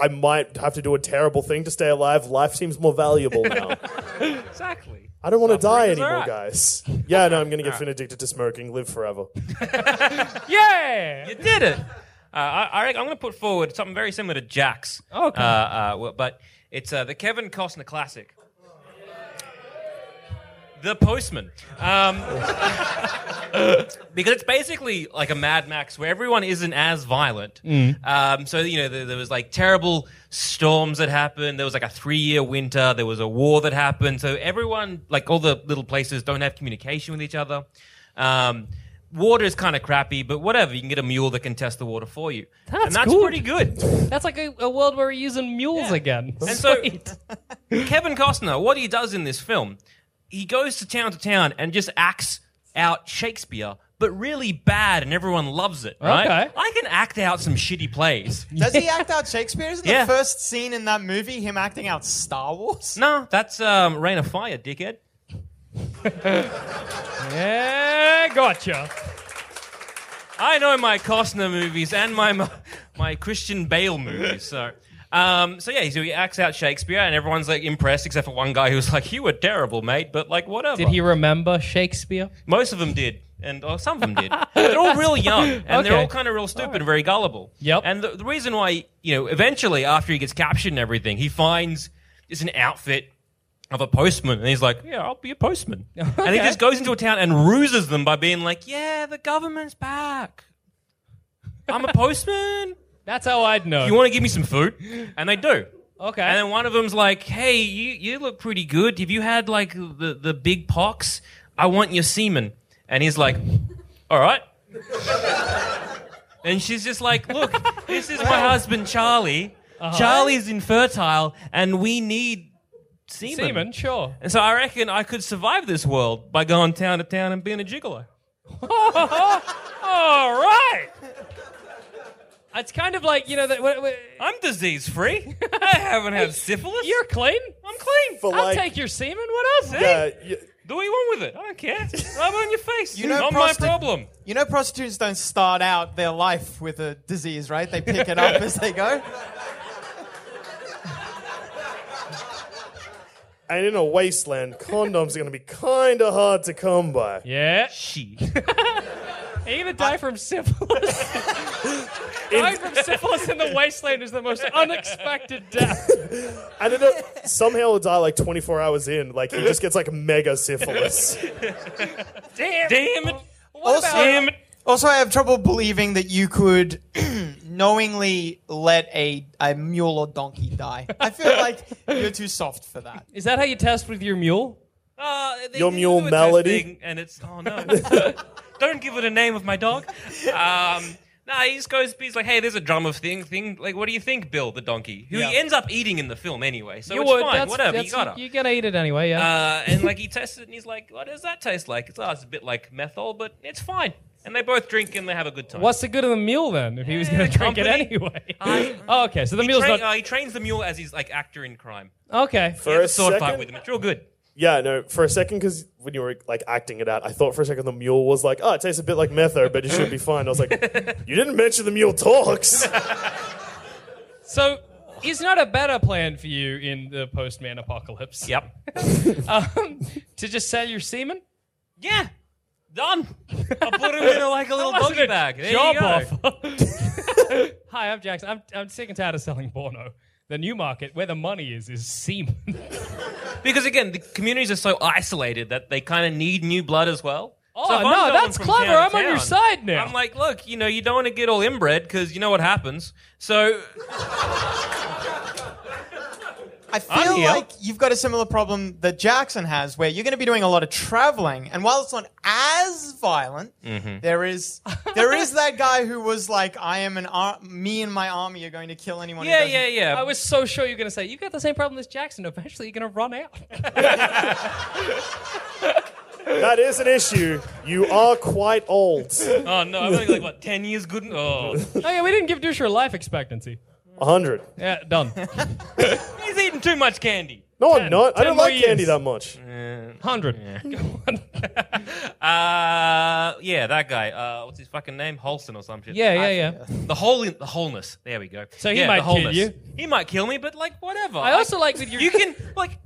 Speaker 3: I might have to do a terrible thing to stay alive. Life seems
Speaker 2: (laughs)
Speaker 3: more valuable now.
Speaker 2: Exactly.
Speaker 3: I don't want to die
Speaker 2: Suffering is
Speaker 3: anymore,
Speaker 2: alright.
Speaker 3: guys. Yeah, no, I'm gonna get Finn addicted to smoking.
Speaker 2: (laughs)
Speaker 3: Live forever.
Speaker 5: yeah.
Speaker 2: You did (laughs) it. Uh, I, I reckon I'm going to put forward something very similar to Jack's.
Speaker 5: Okay.
Speaker 2: Uh, uh, well, but it's uh, the Kevin Costner classic. The Postman. Um, because it's basically like a Mad Max where everyone isn't as violent.
Speaker 5: Mm.
Speaker 2: Um, so, you know, there, there was like terrible storms that happened. There was like a three year winter. There was a war that happened. So, everyone, like all the little places, don't have communication with each other. Um, water is kind of crappy, but whatever. You can get a mule that can test the water for you.
Speaker 5: That's
Speaker 2: and that's
Speaker 5: good.
Speaker 2: pretty good.
Speaker 5: That's like a, a world where we're using mules again.
Speaker 2: And so-
Speaker 5: Sweet.
Speaker 2: (laughs) Kevin Costner, what he does in this film, he goes to town to town and just acts out Shakespeare, but really bad, and everyone loves it. Right?
Speaker 5: Okay.
Speaker 2: I can act out some shitty plays.
Speaker 4: Does he act out Shakespeare? Isn't
Speaker 2: Yeah.
Speaker 4: the first scene in that movie him acting out Star Wars?
Speaker 2: No, that's um, Rain of Fire, dickhead.
Speaker 5: yeah, gotcha.
Speaker 2: I know my Costner movies and my my Christian Bale movies. So, um, so yeah, so he acts out Shakespeare, and everyone's like impressed, except for one guy who was like, "You were terrible, mate," but like whatever.
Speaker 5: Did he remember Shakespeare?
Speaker 2: Most of them did, and or some of them
Speaker 5: (laughs)
Speaker 2: did. they're all real young, and they're
Speaker 5: Okay.
Speaker 2: all kind of real stupid, and very gullible.
Speaker 5: Yep.
Speaker 2: And the, the reason why, you know, eventually after he gets captured and everything, he finds just an outfit of a postman, and he's like, "Yeah, I'll be a
Speaker 5: (laughs)
Speaker 2: postman," and he
Speaker 5: Okay.
Speaker 2: just goes into a town and ruses them by being like, "Yeah, the government's back. I'm a postman.
Speaker 5: That's how I'd know.
Speaker 2: You want to give me some food?" And they do.
Speaker 5: okay.
Speaker 2: And then one of them's like, "Hey, you you look pretty good. Have you had like the the big pox? I want your semen." And he's like, "All right." and she's just like, "Look, this is my husband Charlie. Charlie's infertile, and we need semen.
Speaker 5: Semen, sure.
Speaker 2: And so I reckon I could survive this world by going town to town and being a gigolo."
Speaker 5: All right. It's kind of like you know that wh- wh-
Speaker 2: I'm disease free. I haven't had syphilis.
Speaker 5: you're clean.
Speaker 2: I'm clean.
Speaker 3: For
Speaker 5: I'll
Speaker 3: like-
Speaker 5: take your semen. What else?
Speaker 3: Yeah, you,
Speaker 2: Do what you want with it. I don't care. I'm on your face.
Speaker 4: You know
Speaker 2: Not
Speaker 4: prosti-
Speaker 2: my problem.
Speaker 4: You know, prostitutes don't start out their life with a disease, right? They pick it up as they go.
Speaker 3: and in a wasteland, condoms are going to be kind of hard to come by.
Speaker 5: Yeah.
Speaker 2: She.
Speaker 5: (laughs)
Speaker 2: (laughs)
Speaker 5: Are you gonna die from syphilis? Dying from syphilis in the wasteland is the most unexpected
Speaker 2: (laughs)
Speaker 5: death.
Speaker 3: And then it, somehow he'll die like 24 hours in. Like he just
Speaker 2: (laughs)
Speaker 3: gets like mega syphilis.
Speaker 5: Damn.
Speaker 2: Damn it.
Speaker 5: (laughs) What
Speaker 4: Also-
Speaker 5: about-
Speaker 2: Damn it.
Speaker 4: Also, I have trouble believing that you could (clears throat) knowingly let a, a mule or donkey die. I feel like you're too soft for that.
Speaker 5: Is that how you test with your mule?
Speaker 2: Uh, they
Speaker 3: Your
Speaker 2: did
Speaker 3: mule
Speaker 2: do a
Speaker 3: Melody?
Speaker 2: testing, and it's oh no, (laughs) don't give it a name of my dog. Um, nah, he just goes. He's like, hey, there's a drum of thing, thing. Like, what do you think, Bill the donkey? Who he
Speaker 5: Yeah.
Speaker 2: ends up eating in the film anyway. So
Speaker 5: You
Speaker 2: it's
Speaker 5: would.
Speaker 2: fine,
Speaker 5: That's-
Speaker 2: whatever.
Speaker 5: that's-
Speaker 2: you got it.
Speaker 5: You're gonna eat it anyway. Yeah.
Speaker 2: Uh, and like he tests it, and he's like, what does that taste like? It's oh, it's a bit like methyl, but it's fine. And they both drink and they have a good time.
Speaker 5: What's the good of the mule then if he was
Speaker 2: Eh,
Speaker 5: going to drink it
Speaker 2: company.
Speaker 5: anyway?
Speaker 2: (laughs) I-
Speaker 5: (laughs) oh, okay, so the
Speaker 2: he,
Speaker 5: mule's
Speaker 2: train-
Speaker 5: not
Speaker 2: uh, he trains the mule as his like actor in crime.
Speaker 5: okay.
Speaker 3: For
Speaker 2: He
Speaker 3: a
Speaker 2: has a sword
Speaker 3: second,
Speaker 2: fight with him. It's real good.
Speaker 3: yeah, no, for a second, because when you were like acting it out, I thought for a second the mule was like, oh, it tastes a bit like metho, but it should be fine. I was
Speaker 5: (laughs)
Speaker 3: like, you didn't mention the mule talks.
Speaker 5: So is not a better plan for you in the postman apocalypse? (laughs)
Speaker 2: Yep.
Speaker 5: Um, to just sell your semen?
Speaker 2: Yeah. Done. I put (laughs) him in a, like a little
Speaker 5: That wasn't
Speaker 2: doggy
Speaker 5: a
Speaker 2: bag. There
Speaker 5: job
Speaker 2: you go. (laughs)
Speaker 5: offer. (laughs) Hi, I'm Jackson. I'm, I'm sick and tired of selling porno. The new market, where the money is, is semen.
Speaker 2: Because again, the communities are so isolated that they kind of need new blood as well.
Speaker 5: Oh,
Speaker 2: if I'm
Speaker 5: no,
Speaker 2: going
Speaker 5: that's
Speaker 2: from
Speaker 5: clever.
Speaker 2: town to
Speaker 5: I'm on your
Speaker 2: town,
Speaker 5: side now.
Speaker 2: I'm like, look, you know, you don't want to get all inbred because you know what happens.
Speaker 5: (laughs)
Speaker 2: So
Speaker 4: I feel
Speaker 2: here.
Speaker 4: like you've got a similar problem that Jackson has, where you're going to be doing a lot of traveling, and while it's not as violent,
Speaker 2: Mm-hmm.
Speaker 4: there is there is that guy who was like, "I am an ar- me and my army are going to kill anyone." who
Speaker 2: yeah,
Speaker 4: doesn't-"
Speaker 2: yeah, yeah.
Speaker 5: (laughs) I was so sure you were going to say, you've got the same problem as Jackson. Eventually, you're going to
Speaker 2: (laughs)
Speaker 5: run out. (laughs)
Speaker 3: that is an issue. You are quite old.
Speaker 2: oh no, I'm only like (laughs) what ten years good. Oh,
Speaker 5: oh, yeah, we didn't give Dusher a life expectancy.
Speaker 3: 100.
Speaker 5: Yeah,
Speaker 2: (laughs)
Speaker 5: done.
Speaker 2: he's eating too much candy.
Speaker 3: No, I'm not. I
Speaker 5: Ten
Speaker 3: don't
Speaker 5: more
Speaker 3: like candy
Speaker 5: years.
Speaker 3: that much.
Speaker 5: 100. Go on.
Speaker 2: Uh, yeah, that guy. Uh, what's his fucking name? Holson or some shit.
Speaker 5: Yeah, yeah, yeah.
Speaker 2: The whole, the wholeness. There we go.
Speaker 5: So he
Speaker 2: Yeah,
Speaker 5: might
Speaker 2: the
Speaker 5: kill
Speaker 2: wholeness.
Speaker 5: you.
Speaker 2: He might kill me, but like whatever.
Speaker 5: I also like that you're.
Speaker 2: you
Speaker 5: (laughs)
Speaker 2: can like.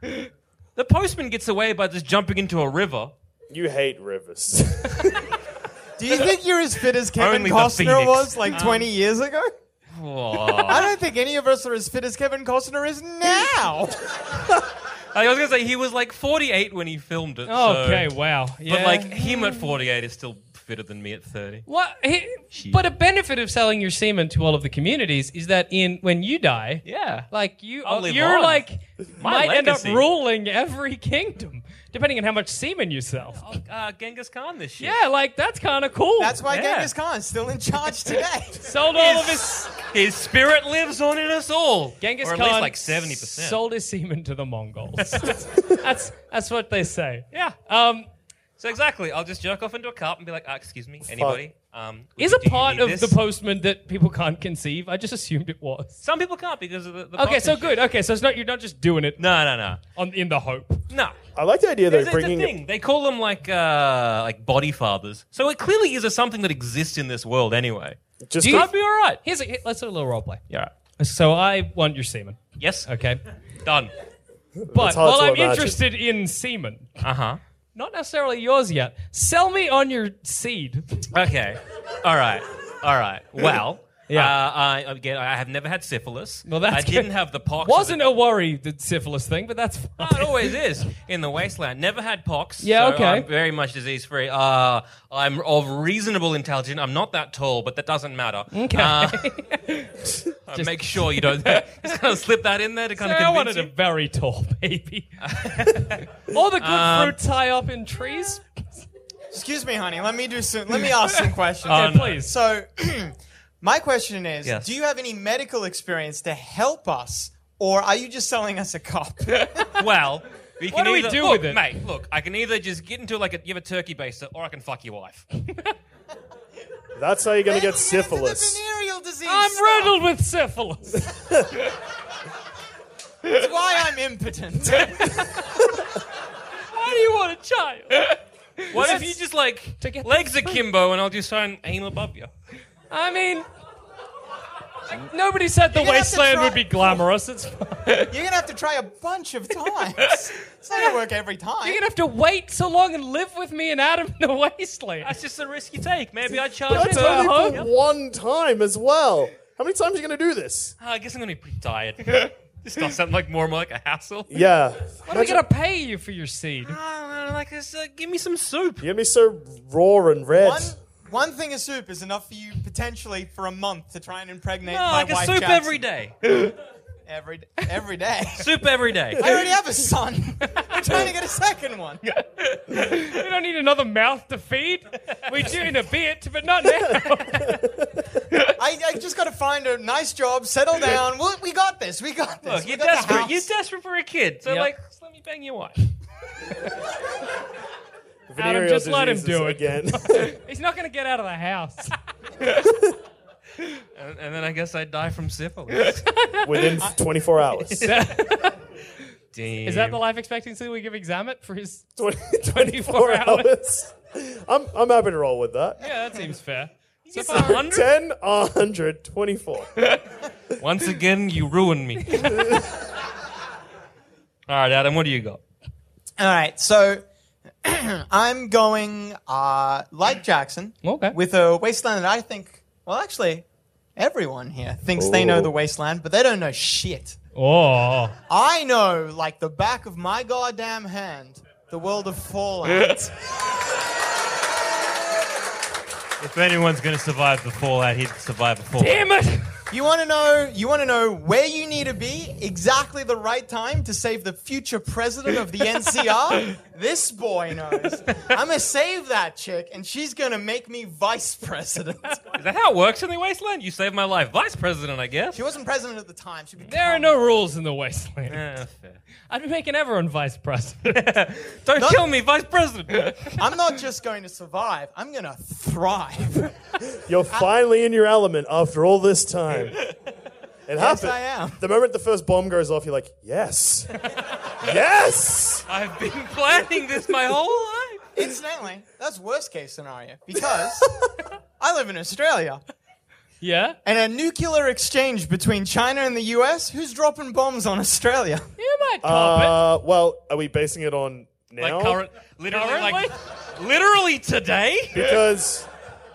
Speaker 2: The postman gets away by just jumping into a river.
Speaker 3: You hate rivers. (laughs)
Speaker 4: Do you think you're as fit as Kevin
Speaker 2: Only the
Speaker 4: Costner
Speaker 2: Phoenix. Um,
Speaker 4: was like 20 years ago?
Speaker 2: Oh.
Speaker 4: I don't think any of us are as fit as Kevin Costner is now.
Speaker 2: I was gonna say he was like 48 when he filmed it. so-
Speaker 5: Oh, Okay, wow. Yeah.
Speaker 2: But like him at 48 is still fitter than me at 30.
Speaker 5: What? He,
Speaker 2: She-
Speaker 5: but a benefit of selling your semen to all of the communities is that in when you die,
Speaker 2: Yeah.
Speaker 5: like you,
Speaker 2: I'll live
Speaker 5: you're
Speaker 2: on.
Speaker 5: like
Speaker 2: My
Speaker 5: might end up
Speaker 2: legacy.
Speaker 5: ruling every kingdom, depending on how much semen you sell.
Speaker 2: Uh, Genghis Khan this year.
Speaker 5: Yeah, like that's kind of cool.
Speaker 4: That's why
Speaker 2: Yeah.
Speaker 4: Genghis Khan's still
Speaker 2: (laughs)
Speaker 4: in charge today.
Speaker 5: sold all of his.
Speaker 2: His, his spirit lives on in us all.
Speaker 5: Genghis
Speaker 2: or at
Speaker 5: Khan
Speaker 2: least like 70%.
Speaker 5: sold his semen to
Speaker 2: (laughs)
Speaker 5: the Mongols. that's that's what they say.
Speaker 2: yeah.
Speaker 5: Um,
Speaker 2: So exactly, I'll just jerk off into a cup and be like, ah, excuse me, anybody? Um,
Speaker 5: is
Speaker 2: do
Speaker 5: a
Speaker 2: you
Speaker 5: part
Speaker 2: need
Speaker 5: of
Speaker 2: this?"
Speaker 5: the postman that people can't conceive? I just assumed it was.
Speaker 2: Some people can't because of the. the
Speaker 5: Okay,
Speaker 2: boxing
Speaker 5: so
Speaker 2: shit.
Speaker 5: good. Okay, so it's not you're not just doing it
Speaker 2: No, no, no,
Speaker 5: on in the hope.
Speaker 2: no.
Speaker 3: I like the idea though,
Speaker 2: There's, there's a
Speaker 3: bringing
Speaker 2: thing. They call them like uh, like body fathers. So it clearly is a something that exists in this world anyway.
Speaker 3: just
Speaker 5: Do you-
Speaker 2: I'd be all right.
Speaker 5: Here's a, here- let's do a little role play.
Speaker 2: Yeah.
Speaker 5: So I want your semen,
Speaker 2: Yes.
Speaker 5: okay?
Speaker 2: Done.
Speaker 3: hard
Speaker 5: But while
Speaker 3: to
Speaker 5: I'm
Speaker 3: imagine.
Speaker 5: interested in semen,
Speaker 2: Uh huh.
Speaker 5: not necessarily yours yet. Sell me on your seed.
Speaker 2: Okay. All right. All right. Well,
Speaker 5: (laughs) Yeah.
Speaker 2: Uh, I, again, I have never had syphilis.
Speaker 5: Well, that's
Speaker 2: I
Speaker 5: good.
Speaker 2: didn't have the pox.
Speaker 5: Wasn't a worry the syphilis thing, but that's fine. (laughs)
Speaker 2: Oh, (laughs) it always is in the wasteland. Never had pox.
Speaker 5: Yeah,
Speaker 2: so
Speaker 5: okay.
Speaker 2: I'm very much disease free. Uh, I'm of reasonable intelligence. I'm not that tall, but that doesn't matter. Okay.
Speaker 5: Ah.
Speaker 2: make sure you
Speaker 5: (laughs)
Speaker 2: don't (laughs) just kind of slip that in there to kind
Speaker 5: Sarah
Speaker 2: of
Speaker 5: wanted
Speaker 2: convince
Speaker 5: a
Speaker 2: you.
Speaker 5: very tall (laughs) baby. All the good fruit tie up in trees.
Speaker 4: Excuse me, honey. Let me do some. Let me ask
Speaker 2: (laughs)
Speaker 4: some
Speaker 2: Oh,
Speaker 4: questions.
Speaker 5: Yeah, please.
Speaker 4: So, (clears throat) my question is:
Speaker 2: Yes.
Speaker 4: Do you have any medical experience to help us, or are you just selling us a cop?
Speaker 2: Well, we can
Speaker 5: do we
Speaker 2: either,
Speaker 5: do
Speaker 2: look,
Speaker 5: with it?
Speaker 2: mate? Look, I can either just get into like a give a turkey baster, or I can fuck your
Speaker 5: (laughs)
Speaker 2: wife.
Speaker 3: That's how you're gonna get
Speaker 4: Let's get into the
Speaker 3: syphilis.
Speaker 4: venereal disease
Speaker 5: I'm
Speaker 4: stuff.
Speaker 5: riddled with (laughs) syphilis.
Speaker 4: That's why I'm impotent.
Speaker 5: Why do you want a child?
Speaker 2: What if you just like
Speaker 5: To get
Speaker 2: legs akimbo, and I'll just try and aim above you?
Speaker 5: I mean, like, nobody said the
Speaker 4: You're gonna have to
Speaker 5: wasteland
Speaker 4: try-
Speaker 5: would be glamorous. It's fine.
Speaker 4: You're gonna have to try a bunch of times. It's not gonna work every time.
Speaker 5: You're gonna have to wait so long and live with me and Adam in the (laughs) wasteland.
Speaker 2: That's just a risk you take. Maybe I charge
Speaker 3: That's
Speaker 2: it.
Speaker 5: a-
Speaker 2: Uh,
Speaker 3: only for one time as well. How many times are you gonna do this?
Speaker 2: Ah, I guess I'm gonna be pretty
Speaker 5: (laughs)
Speaker 2: tired. this does sound like more and more like a hassle.
Speaker 3: Yeah.
Speaker 5: What are we gonna pay you for your seed?
Speaker 2: I don't know, like, just, uh, give me some soup.
Speaker 3: You get me so raw and red.
Speaker 4: one, one thing of soup is enough for you potentially for a month to try and impregnate
Speaker 2: No,
Speaker 4: my
Speaker 2: like a
Speaker 4: wife.
Speaker 2: soup
Speaker 4: Jackson.
Speaker 2: every day.
Speaker 4: Every d- every
Speaker 2: (laughs)
Speaker 4: day.
Speaker 2: soup every day.
Speaker 5: (laughs)
Speaker 4: I already have a
Speaker 2: (laughs)
Speaker 4: son. We're trying to get a second one.
Speaker 5: We don't need another mouth to feed. We do in a bit, but not now.
Speaker 4: I, I just got to find a nice job, settle down. We, we got this. We got this.
Speaker 2: Look,
Speaker 4: we
Speaker 2: you're
Speaker 4: got the
Speaker 2: desperate.
Speaker 4: house.
Speaker 2: You're desperate for a kid. So,
Speaker 5: Yep.
Speaker 2: like, just let me bang your wife.
Speaker 3: Venereal
Speaker 5: just let him
Speaker 3: diseases
Speaker 5: do it.
Speaker 3: again.
Speaker 5: (laughs) He's not gonna get out of the house.
Speaker 2: And, and then I guess I die from
Speaker 5: (laughs)
Speaker 2: syphilis.
Speaker 3: within 24 hours.
Speaker 2: Damn.
Speaker 5: Is that the life expectancy we give Examit for his?
Speaker 3: 20,
Speaker 5: 24
Speaker 3: 24 hours. (laughs) I'm, I'm happy to roll with that.
Speaker 5: Yeah, that seems fair. So
Speaker 2: It's a
Speaker 5: far,
Speaker 2: hundred?
Speaker 3: 10, 100, 24.
Speaker 2: Once again, you ruin (laughs) me. All right, Adam, what do you got?
Speaker 4: All right, so (clears throat) I'm going uh, like Jackson
Speaker 5: Okay.
Speaker 4: with a wasteland that I think. Well, actually, everyone here thinks they know the wasteland, but they don't know shit.
Speaker 5: oh,
Speaker 4: I know, like the back of my goddamn hand, the world
Speaker 5: (laughs)
Speaker 4: of Fallout.
Speaker 2: If anyone's going to survive the fallout, he'd survive the fallout.
Speaker 5: damn it!
Speaker 4: you want to know? You want to know where you need to be exactly the right time to save the future president of
Speaker 5: (laughs)
Speaker 4: the NCR? this boy knows. I'm gonna save that chick, and she's gonna make me vice president.
Speaker 5: (laughs)
Speaker 2: Is that how it works in the wasteland? You saved my life. Vice president, I guess.
Speaker 4: She wasn't president at the time. She
Speaker 5: There are no rules in the wasteland.
Speaker 2: Yeah, Ah, fair.
Speaker 5: I'd be making everyone vice president. (laughs)
Speaker 2: Don't kill me, vice president. (laughs)
Speaker 4: I'm not just going to survive. I'm gonna
Speaker 5: (laughs)
Speaker 4: thrive.
Speaker 3: You're finally in your element after all this time. It
Speaker 4: Yes,
Speaker 3: happened.
Speaker 4: I am.
Speaker 3: The moment the first bomb goes off, you're like, yes. yes!
Speaker 2: I've been planning this my whole life.
Speaker 4: Incidentally, that's worst case scenario because I live in Australia.
Speaker 5: yeah.
Speaker 4: And a nuclear exchange between China and the US? Who's dropping bombs on Australia?
Speaker 5: You might cop
Speaker 3: Uh, well, are we basing it on now?
Speaker 2: Like current, literally,
Speaker 5: Currently?
Speaker 2: like literally today.
Speaker 3: Because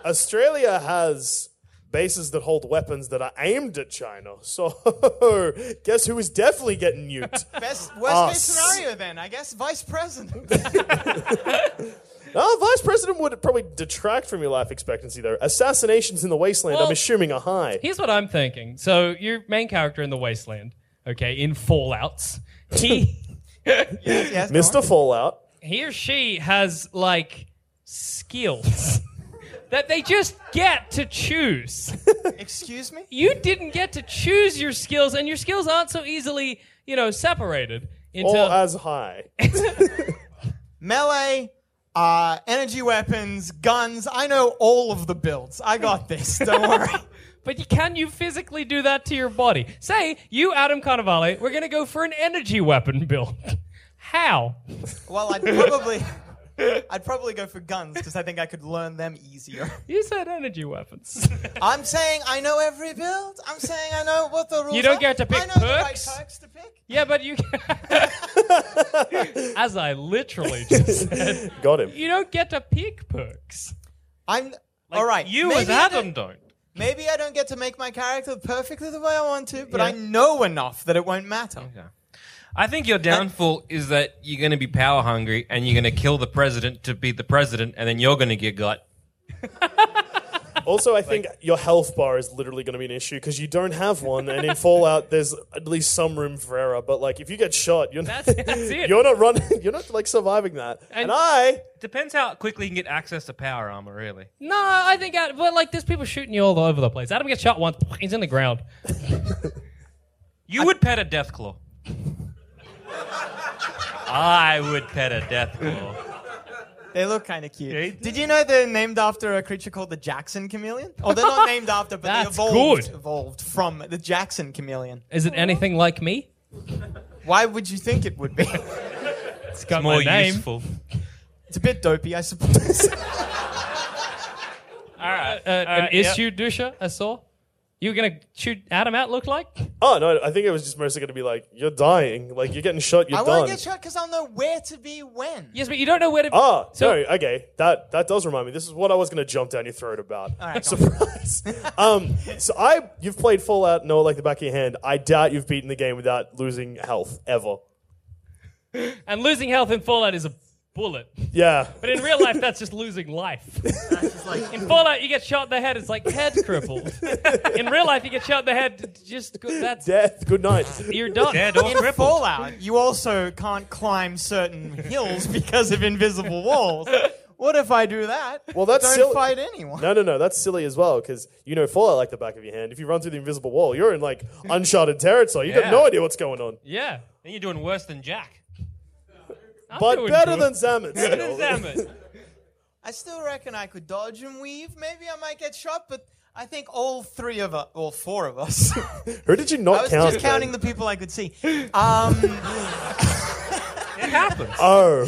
Speaker 3: Australia has bases that hold weapons that are aimed at China. (laughs) So, guess who is definitely getting nuked?
Speaker 4: Best worst
Speaker 3: Us.
Speaker 4: case scenario then, I guess vice president. (laughs)
Speaker 3: Oh, vice president would probably detract from your life expectancy, though. Assassinations in the wasteland,
Speaker 5: Well-
Speaker 3: I'm assuming, are high.
Speaker 5: Here's what I'm thinking. So your main character in the wasteland, okay, in Fallout's, he
Speaker 4: yes, go on.
Speaker 3: Mr. Fallout.
Speaker 5: he or she has like skills (laughs) that they just get to choose.
Speaker 4: Excuse me?
Speaker 5: You didn't get to choose your skills, and your skills aren't so easily, you know, separated into.
Speaker 3: Or as high.
Speaker 5: (laughs)
Speaker 4: Melee, uh, energy weapons, guns. I know all of the builds. I got this. Don't worry.
Speaker 5: But you, can you physically do that to your body? Say, you, Adam Carnivale, we're going to go for an energy weapon build. How?
Speaker 4: Well, I'd probably I'd probably go for guns because I think I could learn them easier.
Speaker 5: You said energy weapons. (laughs)
Speaker 4: I'm saying I know every build. I'm saying I know what the rules
Speaker 5: You don't
Speaker 4: are.
Speaker 5: get to pick
Speaker 4: I know the right
Speaker 5: perks?
Speaker 4: perks to pick.
Speaker 5: yeah, but you. (laughs) As I literally just said,
Speaker 3: (laughs) Got him.
Speaker 5: you don't get to pick perks.
Speaker 4: I'm all right.
Speaker 2: You
Speaker 4: maybe
Speaker 2: as
Speaker 4: the-
Speaker 2: Adam don't.
Speaker 4: Maybe I don't get to make my character perfectly the way I want to, but
Speaker 5: Yeah.
Speaker 4: I know enough that it won't matter.
Speaker 2: I think your downfall is that you're going to be power hungry and you're going to kill the president to beat the president, and then you're going to get got.
Speaker 3: Also, I think your health bar is literally going to be an issue because you don't have one, and in Fallout, there's at least some room for error. But like, if you get shot, you're not,
Speaker 5: That's, that's
Speaker 3: (laughs)
Speaker 5: it.
Speaker 3: you're not running, you're not like surviving that. And, I,
Speaker 2: Depends how quickly you can get access to power armor, really.
Speaker 5: No, I think, I, but like, there's people shooting you all over the place. Adam gets shot once, (laughs) he's in the ground.
Speaker 2: You would pet a death claw. I would pet a death claw.
Speaker 4: They look kind of cute. Did you know they're named after a creature called the Jackson chameleon? Oh, they're not named after, but they
Speaker 5: That's
Speaker 4: evolved,
Speaker 5: good.
Speaker 4: evolved from the Jackson chameleon.
Speaker 5: Is it anything like me?
Speaker 4: Why would you think it would be? (laughs)
Speaker 5: It's got
Speaker 2: More
Speaker 5: my name.
Speaker 2: useful.
Speaker 4: It's a bit dopey,
Speaker 3: (laughs)
Speaker 4: I suppose.
Speaker 5: All right. Uh, an
Speaker 2: right, yeah.
Speaker 5: issue, Dusha, I saw. You were going to shoot Adam out, look like?
Speaker 3: oh no, I think it was just mostly going to be like, you're dying, like you're getting shot, you're
Speaker 4: I
Speaker 3: done.
Speaker 4: won't get shot because I'll know where to be when.
Speaker 5: Yes, but you don't know where to.
Speaker 3: Ah,
Speaker 5: So-
Speaker 3: no, okay. That that does remind me. This is what I was going to jump down your throat about. (laughs)
Speaker 4: right, go
Speaker 3: Surprise. um, so I, you've played Fallout, know it like the back of your hand. I doubt you've beaten the game without losing health ever.
Speaker 5: And losing health in Fallout is a bullet.
Speaker 3: Yeah.
Speaker 5: But in real life, that's just
Speaker 3: (laughs)
Speaker 5: losing life. in Fallout, you get shot in the head, it's like head crippled. in real life, you get shot in the head, just go- that's
Speaker 3: Death. Good night.
Speaker 5: you're done.
Speaker 2: Dead or
Speaker 4: In
Speaker 2: crippled.
Speaker 4: Fallout, you also can't climb certain hills (laughs) because of invisible walls. What if I do that?
Speaker 3: Well, that's
Speaker 4: don't
Speaker 3: silly.
Speaker 4: fight anyone.
Speaker 3: No, no, no. That's silly as well because you know Fallout like the back of your hand. If you run through the invisible wall, you're in like uncharted territory. You
Speaker 2: Yeah.
Speaker 3: got no idea what's going on.
Speaker 5: Yeah.
Speaker 2: Then you're doing worse than Jack.
Speaker 5: I'm
Speaker 3: But
Speaker 5: doing
Speaker 3: better
Speaker 5: good.
Speaker 3: than Samus. still.
Speaker 2: Damn it.
Speaker 4: I still reckon I could dodge and weave. Maybe I might get shot, but I think all three of us, all four of us. (laughs)
Speaker 3: Who did you
Speaker 4: I
Speaker 3: not
Speaker 4: was
Speaker 3: count?
Speaker 4: just counting the people I could see. Um,
Speaker 2: It happens.
Speaker 3: Oh,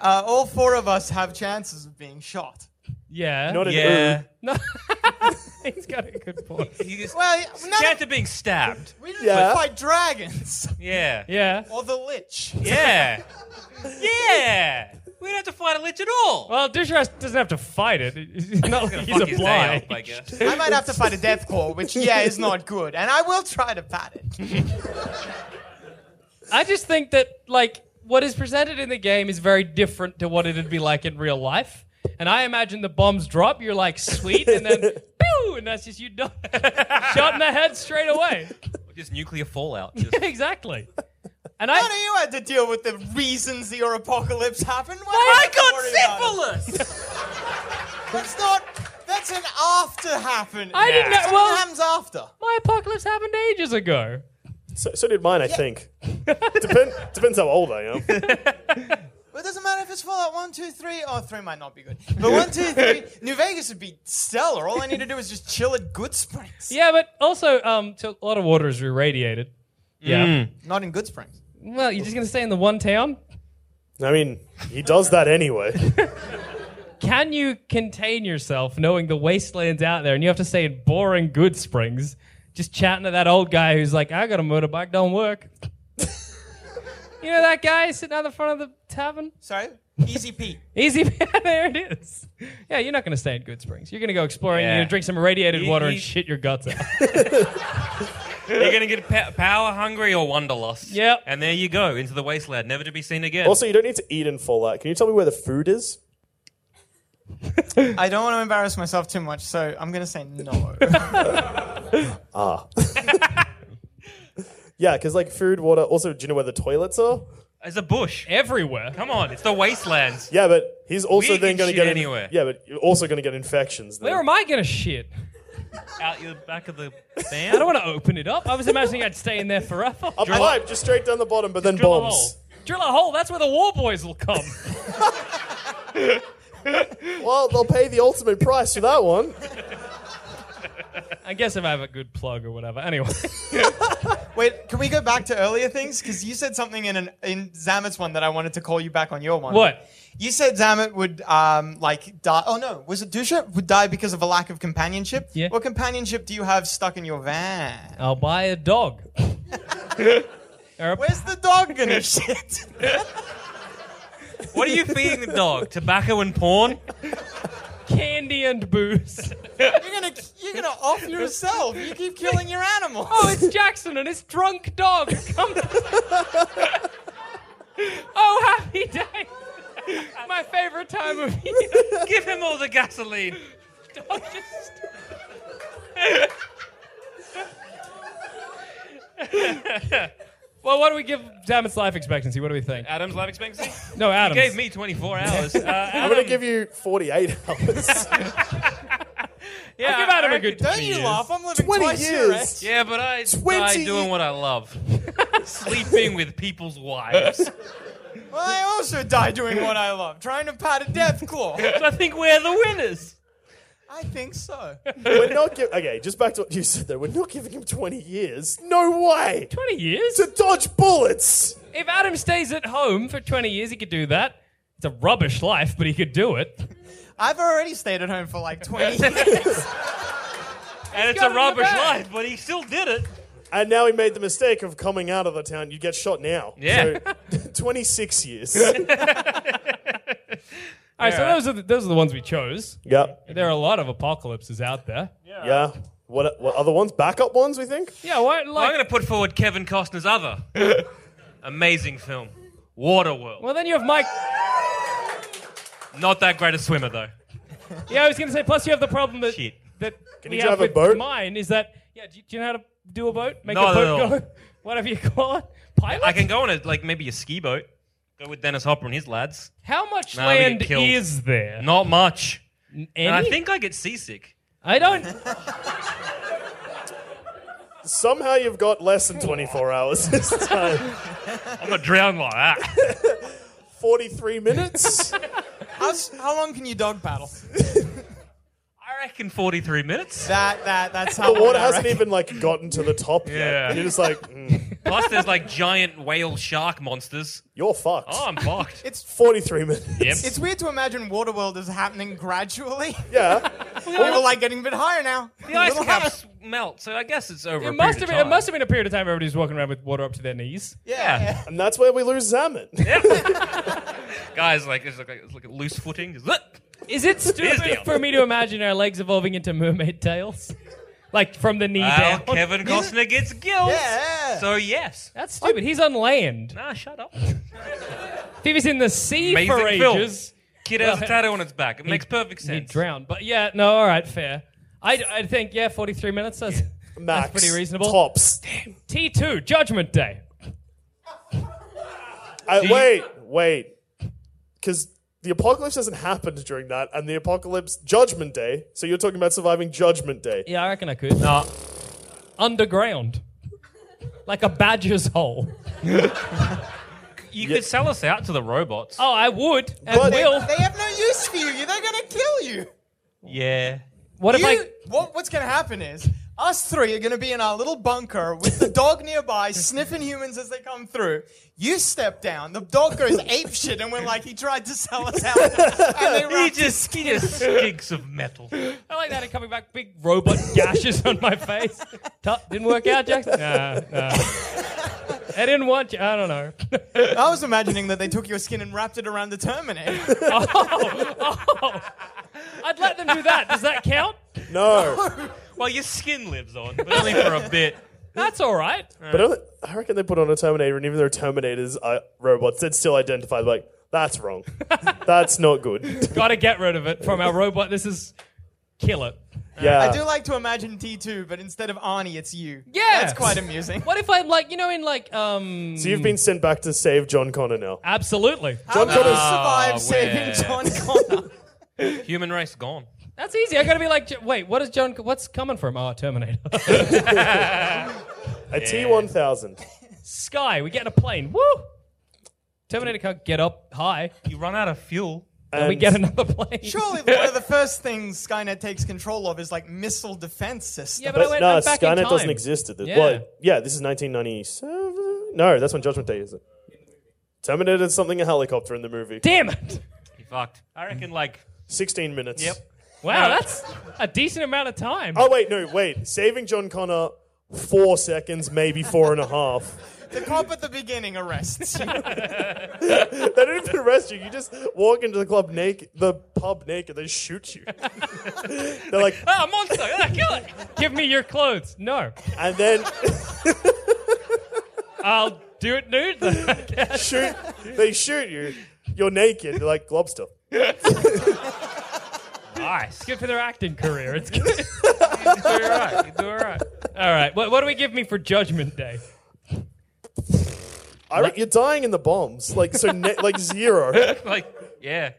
Speaker 4: uh, all four of us have chances of being shot.
Speaker 5: Yeah.
Speaker 3: not an
Speaker 2: (laughs) Yeah.
Speaker 3: ooh.
Speaker 5: no. (laughs) He's got a good point.
Speaker 2: You just
Speaker 4: Well, none
Speaker 2: scared
Speaker 4: of,
Speaker 2: to being stabbed.
Speaker 4: we didn't
Speaker 3: Yeah.
Speaker 4: fight dragons (laughs)
Speaker 2: Yeah.
Speaker 5: Yeah.
Speaker 4: or the lich.
Speaker 2: Yeah. yeah. We don't have to fight a lich at all.
Speaker 5: Well, Dusha doesn't have to fight it. (laughs) It's not like he's
Speaker 2: Fuck his day
Speaker 5: obliged.
Speaker 2: up, I guess.
Speaker 4: I might have to fight a death claw, which yeah is not good, and I will try to pat
Speaker 5: (laughs)
Speaker 4: it.
Speaker 5: I just think that like what is presented in the game is very different to what it'd be like in real life. And I imagine the bombs drop, you're like sweet, and then pew, and that's just you done. (laughs) Shot in the head straight away. (laughs)
Speaker 2: Just nuclear (laughs) fallout. Just
Speaker 5: exactly. And
Speaker 4: None of
Speaker 5: I
Speaker 4: you had to deal with the reasons your apocalypse happened. Why
Speaker 2: I
Speaker 4: did you worry about it?
Speaker 2: got syphilis.
Speaker 4: That's not. That's an after happen.
Speaker 5: I didn't know
Speaker 4: Something
Speaker 5: well
Speaker 4: happens after.
Speaker 5: my apocalypse happened ages ago.
Speaker 3: So, so did mine, I think. Depend, depends how old I am.
Speaker 4: But it doesn't matter if it's Fallout 1, 2, 3. Oh, 3 might not be good. But 1, 2,
Speaker 5: (laughs)
Speaker 4: 3. New Vegas would be stellar. All I need to do is just chill at Good Springs.
Speaker 5: Yeah, but also um so a lot of water is irradiated. Yeah.
Speaker 4: Not in Good Springs.
Speaker 5: Well, you're just gonna stay in the one town?
Speaker 3: I mean, he does that anyway.
Speaker 5: Can you contain yourself knowing the wasteland's out there and you have to stay in boring Good Springs? Just chatting to that old guy who's like, I got a motorbike, don't work. (laughs) you know that guy sitting out the front of the tavern?
Speaker 4: Sorry? Easy Pete.
Speaker 5: Easy, (laughs) there it is. Yeah, you're not going to stay in Good Springs. You're going to go exploring.
Speaker 2: Yeah.
Speaker 5: You're going to drink some irradiated
Speaker 2: He-
Speaker 5: water and
Speaker 2: he-
Speaker 5: shit your guts out. (laughs)
Speaker 2: You're gonna get pa- power hungry or wanderlust.
Speaker 5: Yep.
Speaker 2: And there you go into the wasteland, never to be seen again.
Speaker 3: also, you don't need to eat in Fallout. Can you tell me where the food is?
Speaker 4: (laughs) I don't want to embarrass myself too much, so I'm going to say no.
Speaker 3: Yeah, because like food, water. Also, do you know where the toilets are?
Speaker 2: it's a bush.
Speaker 5: Everywhere.
Speaker 2: Come on, it's the wastelands.
Speaker 3: Yeah, but he's also
Speaker 2: We
Speaker 3: then
Speaker 2: can
Speaker 3: going to
Speaker 2: shit
Speaker 3: get in-
Speaker 2: anywhere.
Speaker 3: Yeah, but you're also going to get infections. Then.
Speaker 5: Where am I going to shit?
Speaker 2: Out your back of
Speaker 5: (laughs)
Speaker 2: the van.
Speaker 5: I don't want to open it up. I was imagining I'd stay in there forever.
Speaker 3: A pipe just straight down the bottom, but then
Speaker 5: Drill a
Speaker 3: bombs.
Speaker 5: hole. Drill a hole. That's where the war boys will come.
Speaker 3: Well, they'll pay the ultimate price for that one.
Speaker 5: I guess if I have a good plug or whatever. Anyway. (laughs)
Speaker 4: Wait, can we go back to earlier things? Because you said something in an in Zamet's one that I wanted to call you back on your one.
Speaker 5: What?
Speaker 4: You said Zamet would um like die. Oh no, was it Dusha would die because of a lack of companionship?
Speaker 5: Yeah.
Speaker 4: What companionship do you have stuck in your van?
Speaker 5: I'll buy a dog. Or a-
Speaker 4: Where's the dog gonna shit?
Speaker 5: (laughs)
Speaker 2: What are you feeding the dog? Tobacco and porn?
Speaker 5: candy and booze.
Speaker 4: You're gonna you're gonna off yourself. You keep killing your animals.
Speaker 5: Oh, it's Jackson and his drunk dog. Come. (laughs) oh, happy day. My favorite time of year.
Speaker 2: Give him all the gasoline.
Speaker 5: Dog just- well, what do we give Damit's life expectancy? What do we think?
Speaker 2: Adam's life expectancy
Speaker 5: No, Adam.
Speaker 2: (laughs) gave me 24
Speaker 5: (laughs)
Speaker 2: hours. Uh,
Speaker 3: I'm
Speaker 2: Adam,
Speaker 3: gonna give you 48 hours.
Speaker 2: yeah,
Speaker 5: Give Adam
Speaker 2: I
Speaker 5: a good
Speaker 2: reckon-
Speaker 5: 20
Speaker 4: Don't you
Speaker 5: years.
Speaker 4: laugh? I'm living
Speaker 3: 20
Speaker 4: twice your
Speaker 3: years.
Speaker 4: age.
Speaker 2: Yeah, but I
Speaker 3: 20
Speaker 2: die doing what I
Speaker 5: (laughs)
Speaker 2: love, sleeping with people's wives. so
Speaker 4: Well, I also die doing what I love, trying to pat a death claw.
Speaker 2: I think we're the winners.
Speaker 4: (laughs) I think so.
Speaker 3: we're not giving. Okay, just back to what you said though. We're not giving him 20 years. No way.
Speaker 5: 20 years?
Speaker 3: To dodge bullets.
Speaker 5: If Adam stays at home for 20 years, he could do that. It's a rubbish life, but he could do it. (laughs)
Speaker 4: I've already stayed at home for like (laughs) 20 years.
Speaker 2: And it's
Speaker 5: got it
Speaker 2: a
Speaker 5: in the
Speaker 2: rubbish
Speaker 5: bag.
Speaker 2: life, but he still did it.
Speaker 3: And now he made the mistake of coming out of the town. You'd get shot now.
Speaker 2: Yeah. (laughs)
Speaker 3: So, 26 years.
Speaker 5: All right, so those are, the, those are the ones we chose.
Speaker 3: yep.
Speaker 5: There are a lot of apocalypses out there.
Speaker 3: Yeah. What, what other ones? Backup ones, we think?
Speaker 5: Yeah, what?
Speaker 2: I'm
Speaker 5: Like,
Speaker 2: going to put forward Kevin Costner's
Speaker 5: (laughs)
Speaker 2: other amazing film, Waterworld.
Speaker 5: well, then you have Mike.
Speaker 2: Not that great a swimmer though.
Speaker 5: Yeah, I was going to say, plus you have the problem that,
Speaker 2: Shit.
Speaker 5: that we
Speaker 3: you
Speaker 5: have
Speaker 3: drive a
Speaker 5: with
Speaker 3: boat?
Speaker 5: mine is that, yeah, do you, do you know how to do a boat? Make
Speaker 2: No, no,
Speaker 5: a boat
Speaker 2: no.
Speaker 5: go? (laughs) Whatever you call it? Pilot?
Speaker 2: I can go on a like maybe a ski boat. Go with Dennis Hopper and his lads.
Speaker 5: How much
Speaker 2: Nah, we get
Speaker 5: land
Speaker 2: killed.
Speaker 5: is there?
Speaker 2: Not much.
Speaker 5: Any?
Speaker 2: And I think I get seasick.
Speaker 5: I don't.
Speaker 3: Somehow you've got less than 24 hours (laughs) this time.
Speaker 2: I'm not drowned like that. (laughs)
Speaker 3: 43 minutes?
Speaker 4: How, s- how long can you dog paddle?
Speaker 2: I reckon 43 minutes.
Speaker 4: That that that's how
Speaker 3: The
Speaker 4: long
Speaker 3: water
Speaker 4: I
Speaker 3: hasn't
Speaker 4: reckon.
Speaker 3: even like gotten to the top
Speaker 2: Yeah.
Speaker 3: yet. And you're just like, mm,
Speaker 2: Plus, there's like giant whale shark monsters.
Speaker 3: you're fucked.
Speaker 2: Oh, I'm (laughs) fucked.
Speaker 4: It's
Speaker 3: 43 minutes.
Speaker 4: it's weird to imagine Waterworld is happening (laughs) gradually.
Speaker 3: (laughs) Yeah.
Speaker 4: we were like getting a bit higher now.
Speaker 2: The ice caps melt, so I guess it's over.
Speaker 5: It
Speaker 2: a period
Speaker 5: must, have
Speaker 2: of
Speaker 5: been, it
Speaker 2: time.
Speaker 5: must have been a period of time where everybody's walking around with water up to their knees.
Speaker 2: Yeah.
Speaker 3: And that's where we lose Zaman.
Speaker 2: Guys, like it's like, it's like a loose footing. Just, "Look."
Speaker 5: Is it stupid
Speaker 2: deal.
Speaker 5: for me to imagine our legs evolving into mermaid tails? (laughs) Like from the knee
Speaker 2: Well,
Speaker 5: down?
Speaker 2: Kevin Costner gets gills.
Speaker 4: Yeah.
Speaker 2: So yes.
Speaker 5: That's stupid. He's on land.
Speaker 2: Nah, shut (laughs) up.
Speaker 5: If he was in the sea
Speaker 2: Amazing
Speaker 5: for
Speaker 2: film.
Speaker 5: ages,
Speaker 2: Kid has a
Speaker 5: Well,
Speaker 2: tattoo on its back. It makes perfect
Speaker 5: he'd
Speaker 2: sense.
Speaker 5: drown. But yeah, no, all right, fair. I, I think, yeah, 43 minutes. (laughs) That's
Speaker 3: Max.
Speaker 5: pretty reasonable.
Speaker 3: Tops.
Speaker 5: T2, Judgment Day.
Speaker 3: I, wait, wait. Because the apocalypse hasn't happened during that, and the apocalypse, Judgment Day. So you're talking about surviving Judgment Day.
Speaker 5: Yeah, I reckon I could. No. Underground. Like a badger's hole.
Speaker 2: You could sell us out to the robots.
Speaker 5: Oh, I would and
Speaker 3: But-
Speaker 5: will.
Speaker 4: They have no use for you. They're gonna kill you.
Speaker 2: Yeah.
Speaker 5: What if
Speaker 4: you
Speaker 5: I.
Speaker 4: what, what's gonna happen is us three are gonna be in our little bunker with the dog nearby, sniffing humans as they come through. You step down. The dog goes ape shit, and we're like, he tried to sell us out. And they
Speaker 2: He
Speaker 4: wrapped his
Speaker 2: just he (laughs) just stinks of metal.
Speaker 5: I like that. And coming back, big robot gashes on my (laughs) face. Tuh, didn't work out, Jackson. Nah, (laughs) nah. I didn't want you. I don't know. (laughs)
Speaker 4: I was imagining that they took your skin and wrapped it around the Terminator.
Speaker 5: I'd let them do that. Does that count? (laughs)
Speaker 3: No.
Speaker 2: Well, your skin lives on, but only for (laughs) a bit.
Speaker 5: That's all right.
Speaker 3: but I- I reckon they put on a Terminator, and even though Terminators are robots, they'd still identify, like, that's
Speaker 5: (laughs)
Speaker 3: wrong. that's not good.
Speaker 5: Got to get rid of it from our robot. This is kill it.
Speaker 3: Yeah.
Speaker 4: I do like to imagine T2, but instead of Arnie, it's you.
Speaker 5: Yeah.
Speaker 4: That's quite amusing.
Speaker 5: What if I'm like, you know, in like, um,
Speaker 3: so you've been sent back to save John Connor now.
Speaker 5: absolutely.
Speaker 3: John
Speaker 4: How did you
Speaker 3: Connor.
Speaker 4: survive
Speaker 2: Oh,
Speaker 4: saving
Speaker 2: where?
Speaker 4: John Connor?
Speaker 2: Human race gone.
Speaker 5: That's easy. I got to be like, J- wait, what is John? What's coming from? Oh, Terminator. (laughs)
Speaker 3: A T 1000.
Speaker 5: Sky. We get in a plane. Woo. Terminator can't get up high.
Speaker 2: You run out of fuel.
Speaker 5: And we get another plane.
Speaker 4: Surely one of the first things Skynet takes control of is like missile defense
Speaker 5: (laughs)
Speaker 4: system.
Speaker 5: Yeah, but, I
Speaker 3: But
Speaker 5: went
Speaker 3: no,
Speaker 5: I'm back in
Speaker 3: Skynet
Speaker 5: time.
Speaker 3: doesn't exist at this.
Speaker 5: Yeah.
Speaker 3: Yeah. Well, yeah, this is 1997. No, that's when Judgment Day is. Terminator is something a helicopter in the movie.
Speaker 5: Damn it.
Speaker 2: You fucked. I reckon like
Speaker 3: 16 minutes.
Speaker 2: Yep.
Speaker 5: Wow, that's a decent amount of time. (laughs)
Speaker 3: Oh wait, no, wait. Saving John Connor, four seconds, maybe four and a half. (laughs)
Speaker 4: The cop at the beginning arrests you.
Speaker 3: They don't even arrest you. You just walk into the club naked, the pub naked. They shoot you. (laughs) They're like,
Speaker 5: Ah, monster! Ah, kill it! Give me your clothes. No,
Speaker 3: and then (laughs)
Speaker 5: I'll do it nude.
Speaker 3: shoot. They shoot you. You're naked. They're like lobster.
Speaker 5: nice. Good for their acting career. It's good. you do all right. You do all right. All right. What, what do we give me for Judgment Day?
Speaker 3: I re- you're dying in the bombs. Like so, ne- like zero.
Speaker 2: like, yeah.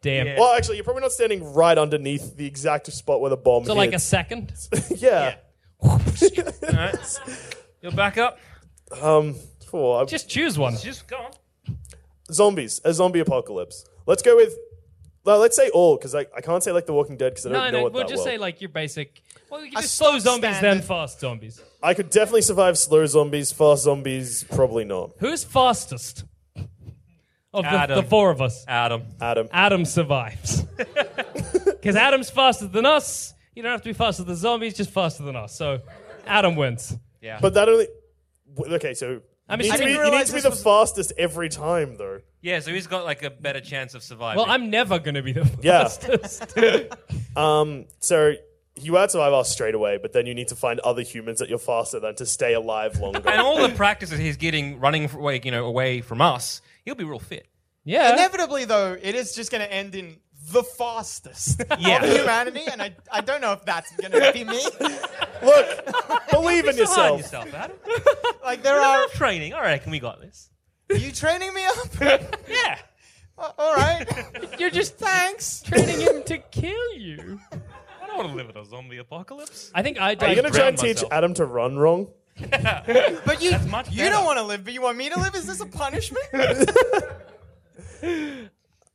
Speaker 5: Damn.
Speaker 2: Yeah.
Speaker 3: Well, actually, you're probably not standing right underneath the exact spot where the bomb.
Speaker 5: So like a
Speaker 3: hits.
Speaker 5: second.
Speaker 3: yeah.
Speaker 2: All right. You'll back up.
Speaker 3: Um. Four. I'm-
Speaker 5: Just choose one.
Speaker 2: Just go on.
Speaker 3: zombies. A zombie apocalypse. Let's go with. Well, let's say all because I, I can't say like The Walking Dead because I don't know
Speaker 5: No, no.
Speaker 3: what
Speaker 5: We'll
Speaker 3: that
Speaker 5: just
Speaker 3: well.
Speaker 5: say like your basic. Well, we can
Speaker 4: A
Speaker 5: just slow zombies, then
Speaker 4: substandard-
Speaker 5: fast zombies.
Speaker 3: I could definitely survive slow zombies, fast zombies, probably not.
Speaker 5: Who's fastest of the,
Speaker 2: Adam.
Speaker 5: the four of us?
Speaker 2: Adam.
Speaker 3: Adam.
Speaker 5: Adam survives. (laughs) Because Adam's faster than us. You don't have to be faster than zombies, just faster than us. So Adam wins.
Speaker 3: But that only. w- Okay, so.
Speaker 5: I'm
Speaker 3: you need, to
Speaker 5: assuming-
Speaker 3: be, you need to
Speaker 5: I
Speaker 4: didn't
Speaker 3: be
Speaker 4: realize
Speaker 3: the
Speaker 4: this
Speaker 3: fastest every time, though.
Speaker 2: Yeah, so he's got like a better chance of surviving.
Speaker 5: Well, I'm never going to be the
Speaker 3: (laughs) Yeah.
Speaker 5: fastest.
Speaker 3: (laughs) Um, so you out survive us straight away, but then you need to find other humans that you're faster than to stay alive
Speaker 5: (laughs)
Speaker 2: and
Speaker 3: longer.
Speaker 2: all the practices he's getting running f- away, you know, away from us, he'll be real fit.
Speaker 5: Yeah.
Speaker 4: (laughs) Inevitably, though, it is just going to end in the fastest (laughs)
Speaker 2: Yeah.
Speaker 4: of humanity, and I, I don't know if that's going to be me.
Speaker 5: (laughs)
Speaker 3: Look, believe in
Speaker 2: Hide
Speaker 3: yourself.
Speaker 2: yourself, Adam.
Speaker 4: Like there
Speaker 2: We're
Speaker 4: are.
Speaker 2: all training. All right, can we got this?
Speaker 4: Are you training me up?
Speaker 2: (laughs) Yeah.
Speaker 4: (laughs) All right.
Speaker 5: You're just (laughs)
Speaker 4: Thanks.
Speaker 5: training him to kill you.
Speaker 2: I don't want to live in a zombie apocalypse.
Speaker 5: I think I
Speaker 3: Are you
Speaker 5: died.
Speaker 3: going to try and
Speaker 2: Drown
Speaker 3: teach
Speaker 2: myself.
Speaker 3: Adam to run wrong?
Speaker 4: But you
Speaker 2: much
Speaker 4: you
Speaker 2: better.
Speaker 4: don't want to live, but you want me to live? Is this a punishment? (laughs)
Speaker 5: I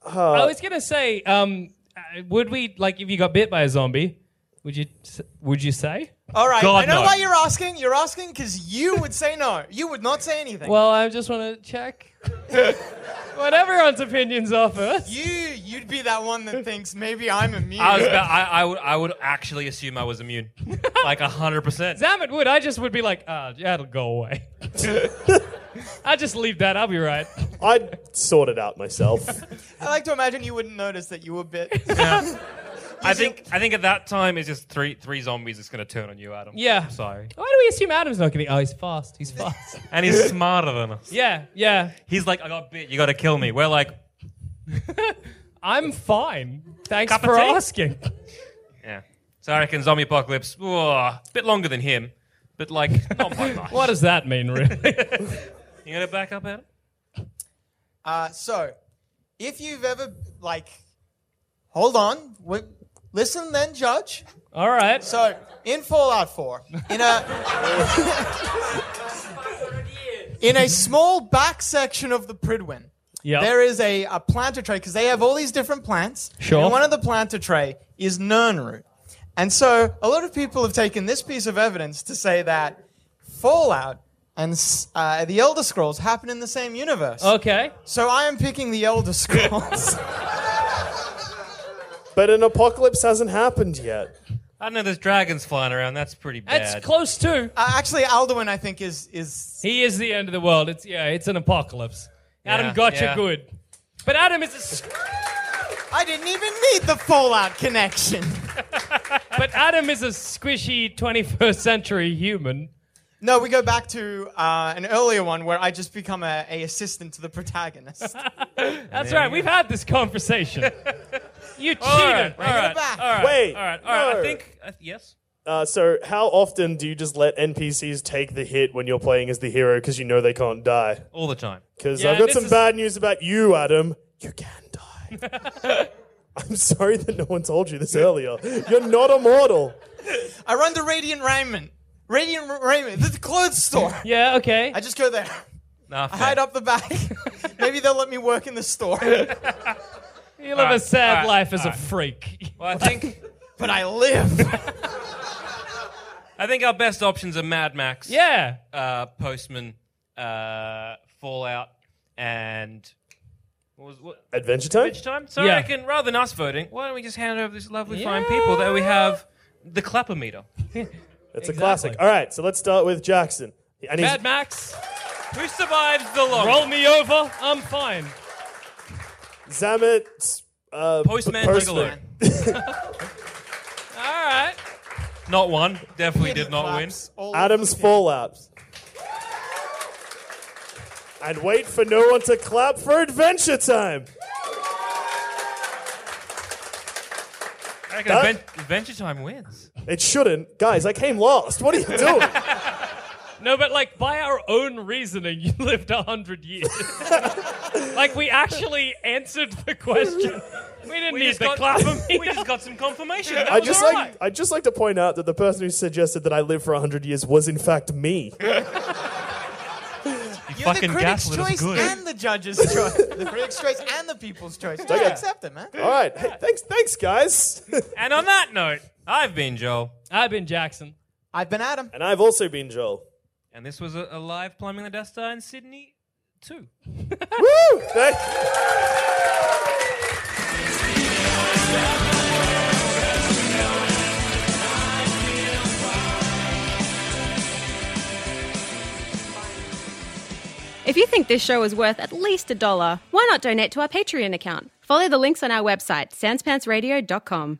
Speaker 5: was going to say, um, uh, would we, like, if you got bit by a zombie, would you, s- would you say?
Speaker 4: All right.
Speaker 2: God,
Speaker 4: I know
Speaker 2: no.
Speaker 4: why you're asking. You're asking because you would say no. You would not say anything.
Speaker 5: Well, I just want to check (laughs) what everyone's opinions are first.
Speaker 4: you you'd be that one that thinks maybe I'm immune.
Speaker 2: I was about, I, I would I would actually assume I was immune. like hundred percent.
Speaker 5: Damn it, would I just would be like, ah, that'll go
Speaker 2: (laughs)
Speaker 5: away. I just leave that. I'll be right.
Speaker 3: I'd sort it out myself.
Speaker 5: (laughs)
Speaker 4: I like to imagine you wouldn't notice that you were bit.
Speaker 2: (laughs) I think I think at that time it's just three three zombies that's gonna turn on you, Adam.
Speaker 5: Yeah.
Speaker 2: I'm sorry.
Speaker 5: Why do we assume Adam's not gonna be? Oh, he's fast. He's
Speaker 2: (laughs)
Speaker 5: fast.
Speaker 2: And he's smarter than us.
Speaker 5: yeah, yeah.
Speaker 2: He's like, I got bit, you gotta kill me. We're like,
Speaker 5: I'm fine. Thanks
Speaker 2: Cup of
Speaker 5: for
Speaker 2: tea?
Speaker 5: asking.
Speaker 2: Yeah. So I reckon zombie apocalypse, a bit longer than him, but like not by much.
Speaker 5: What does that
Speaker 2: (laughs)
Speaker 5: mean, really?
Speaker 2: You gonna back up, Adam?
Speaker 4: Uh, so, if you've ever like, hold on, w- listen, then judge.
Speaker 5: All right.
Speaker 4: So, in Fallout 4, in a (laughs) in a small back section of the Pridwin,
Speaker 5: yeah.
Speaker 4: there is a, a planter tray because they have all these different plants.
Speaker 5: Sure.
Speaker 4: And one of the planter tray is nern root, and so a lot of people have taken this piece of evidence to say that Fallout and s- uh, the Elder Scrolls happen in the same universe.
Speaker 5: okay.
Speaker 4: So I am picking the
Speaker 2: (laughs)
Speaker 4: Elder Scrolls. Uh,
Speaker 3: but an apocalypse hasn't happened yet.
Speaker 2: I don't know. There's dragons flying around. That's pretty bad.
Speaker 5: That's close to.
Speaker 4: uh, actually, Alduin, I think, is is
Speaker 5: He is the end of the world. It's yeah. It's an apocalypse. Adam
Speaker 2: Yeah,
Speaker 5: got you
Speaker 2: yeah.
Speaker 5: good. But Adam is a. s-
Speaker 4: I didn't even need the Fallout connection.
Speaker 5: but Adam is a squishy 21st century human.
Speaker 4: No, we go back to uh, an earlier one where I just become a, a assistant to
Speaker 2: (laughs)
Speaker 4: the protagonist.
Speaker 5: That's right. We've had this conversation. you cheated.
Speaker 2: all right, all
Speaker 4: Bring it
Speaker 2: right,
Speaker 4: back.
Speaker 2: all right,
Speaker 3: Wait,
Speaker 2: all right, all right.
Speaker 3: no.
Speaker 2: I think uh, yes.
Speaker 3: Uh, so, how often do you just let NPCs take the hit when you're playing as the hero because you know they can't die?
Speaker 2: All the time.
Speaker 3: Because
Speaker 5: Yeah,
Speaker 3: I've got
Speaker 5: this
Speaker 3: some
Speaker 5: is-
Speaker 3: bad news about you, Adam. You can die.
Speaker 2: (laughs)
Speaker 3: I'm sorry that no one told you this earlier. You're not immortal.
Speaker 4: I run the Radiant Raiment. Radiant Ra- Raiment, the clothes store.
Speaker 5: Yeah. Okay.
Speaker 4: I just go there.
Speaker 2: Nah, fair.
Speaker 4: Hide up the back. (laughs) Maybe they'll let me work in
Speaker 2: (laughs)
Speaker 4: the store.
Speaker 5: You live a
Speaker 2: Alright,
Speaker 5: sad
Speaker 2: alright,
Speaker 5: life as a
Speaker 2: alright. (laughs)
Speaker 5: freak.
Speaker 2: Well, I think
Speaker 4: But
Speaker 2: (laughs)
Speaker 4: I live.
Speaker 2: I think our best options are Mad Max,
Speaker 5: Yeah.
Speaker 2: uh, Postman, uh, Fallout, and what was what?
Speaker 3: Adventure time?
Speaker 2: Each time. So
Speaker 5: Yeah.
Speaker 2: I reckon rather than us voting, why don't we just hand over this lovely fine
Speaker 5: Yeah.
Speaker 2: people that we have the clapper meter.
Speaker 3: It's
Speaker 5: Exactly.
Speaker 3: a classic. All right, so let's start with Jackson. And he's,
Speaker 5: Mad Max.
Speaker 2: Who survives the long?
Speaker 5: Roll me over. I'm fine.
Speaker 3: Zamet. Uh,
Speaker 2: Postman Bigelow. (laughs)
Speaker 5: All right.
Speaker 2: Not one. Definitely did not win.
Speaker 4: win.
Speaker 3: Adam's Fallout. And wait for no one to clap for Adventure Time.
Speaker 2: I reckon
Speaker 3: That-
Speaker 2: Advent- Adventure Time wins.
Speaker 3: It shouldn't. Guys, I came last. What are you (laughs) doing?
Speaker 5: No, but like by our own reasoning, (laughs) you lived a hundred years. (laughs) like we actually answered
Speaker 2: (laughs)
Speaker 5: the question. We didn't
Speaker 2: We
Speaker 5: need
Speaker 2: just,
Speaker 5: the
Speaker 2: got, (laughs)
Speaker 5: clap of
Speaker 2: we just got some confirmation. That
Speaker 3: I
Speaker 2: was
Speaker 3: just
Speaker 2: all
Speaker 3: like
Speaker 2: right.
Speaker 3: I just like to point out that the person who suggested that I live for 100 years was in fact (laughs) me.
Speaker 2: you
Speaker 4: You're
Speaker 2: fucking
Speaker 4: the critics'
Speaker 2: gaslit us
Speaker 4: choice
Speaker 2: good.
Speaker 4: and the judges' choice. The critics' choice and the people's choice. Just
Speaker 3: Okay.
Speaker 4: accept it, man.
Speaker 3: All right. Hey, thanks thanks guys.
Speaker 2: and on that note, I've been Joel,
Speaker 5: I've been Jackson.
Speaker 4: I've been Adam.
Speaker 3: and I've also been Joel.
Speaker 2: and this was a, a live plumbing the Death Star in Sydney, too.
Speaker 3: Woo! Thank-
Speaker 7: If you think this show is worth at least a dollar, why not donate to our Patreon account? Follow the links on our website, sanspantsradio.com.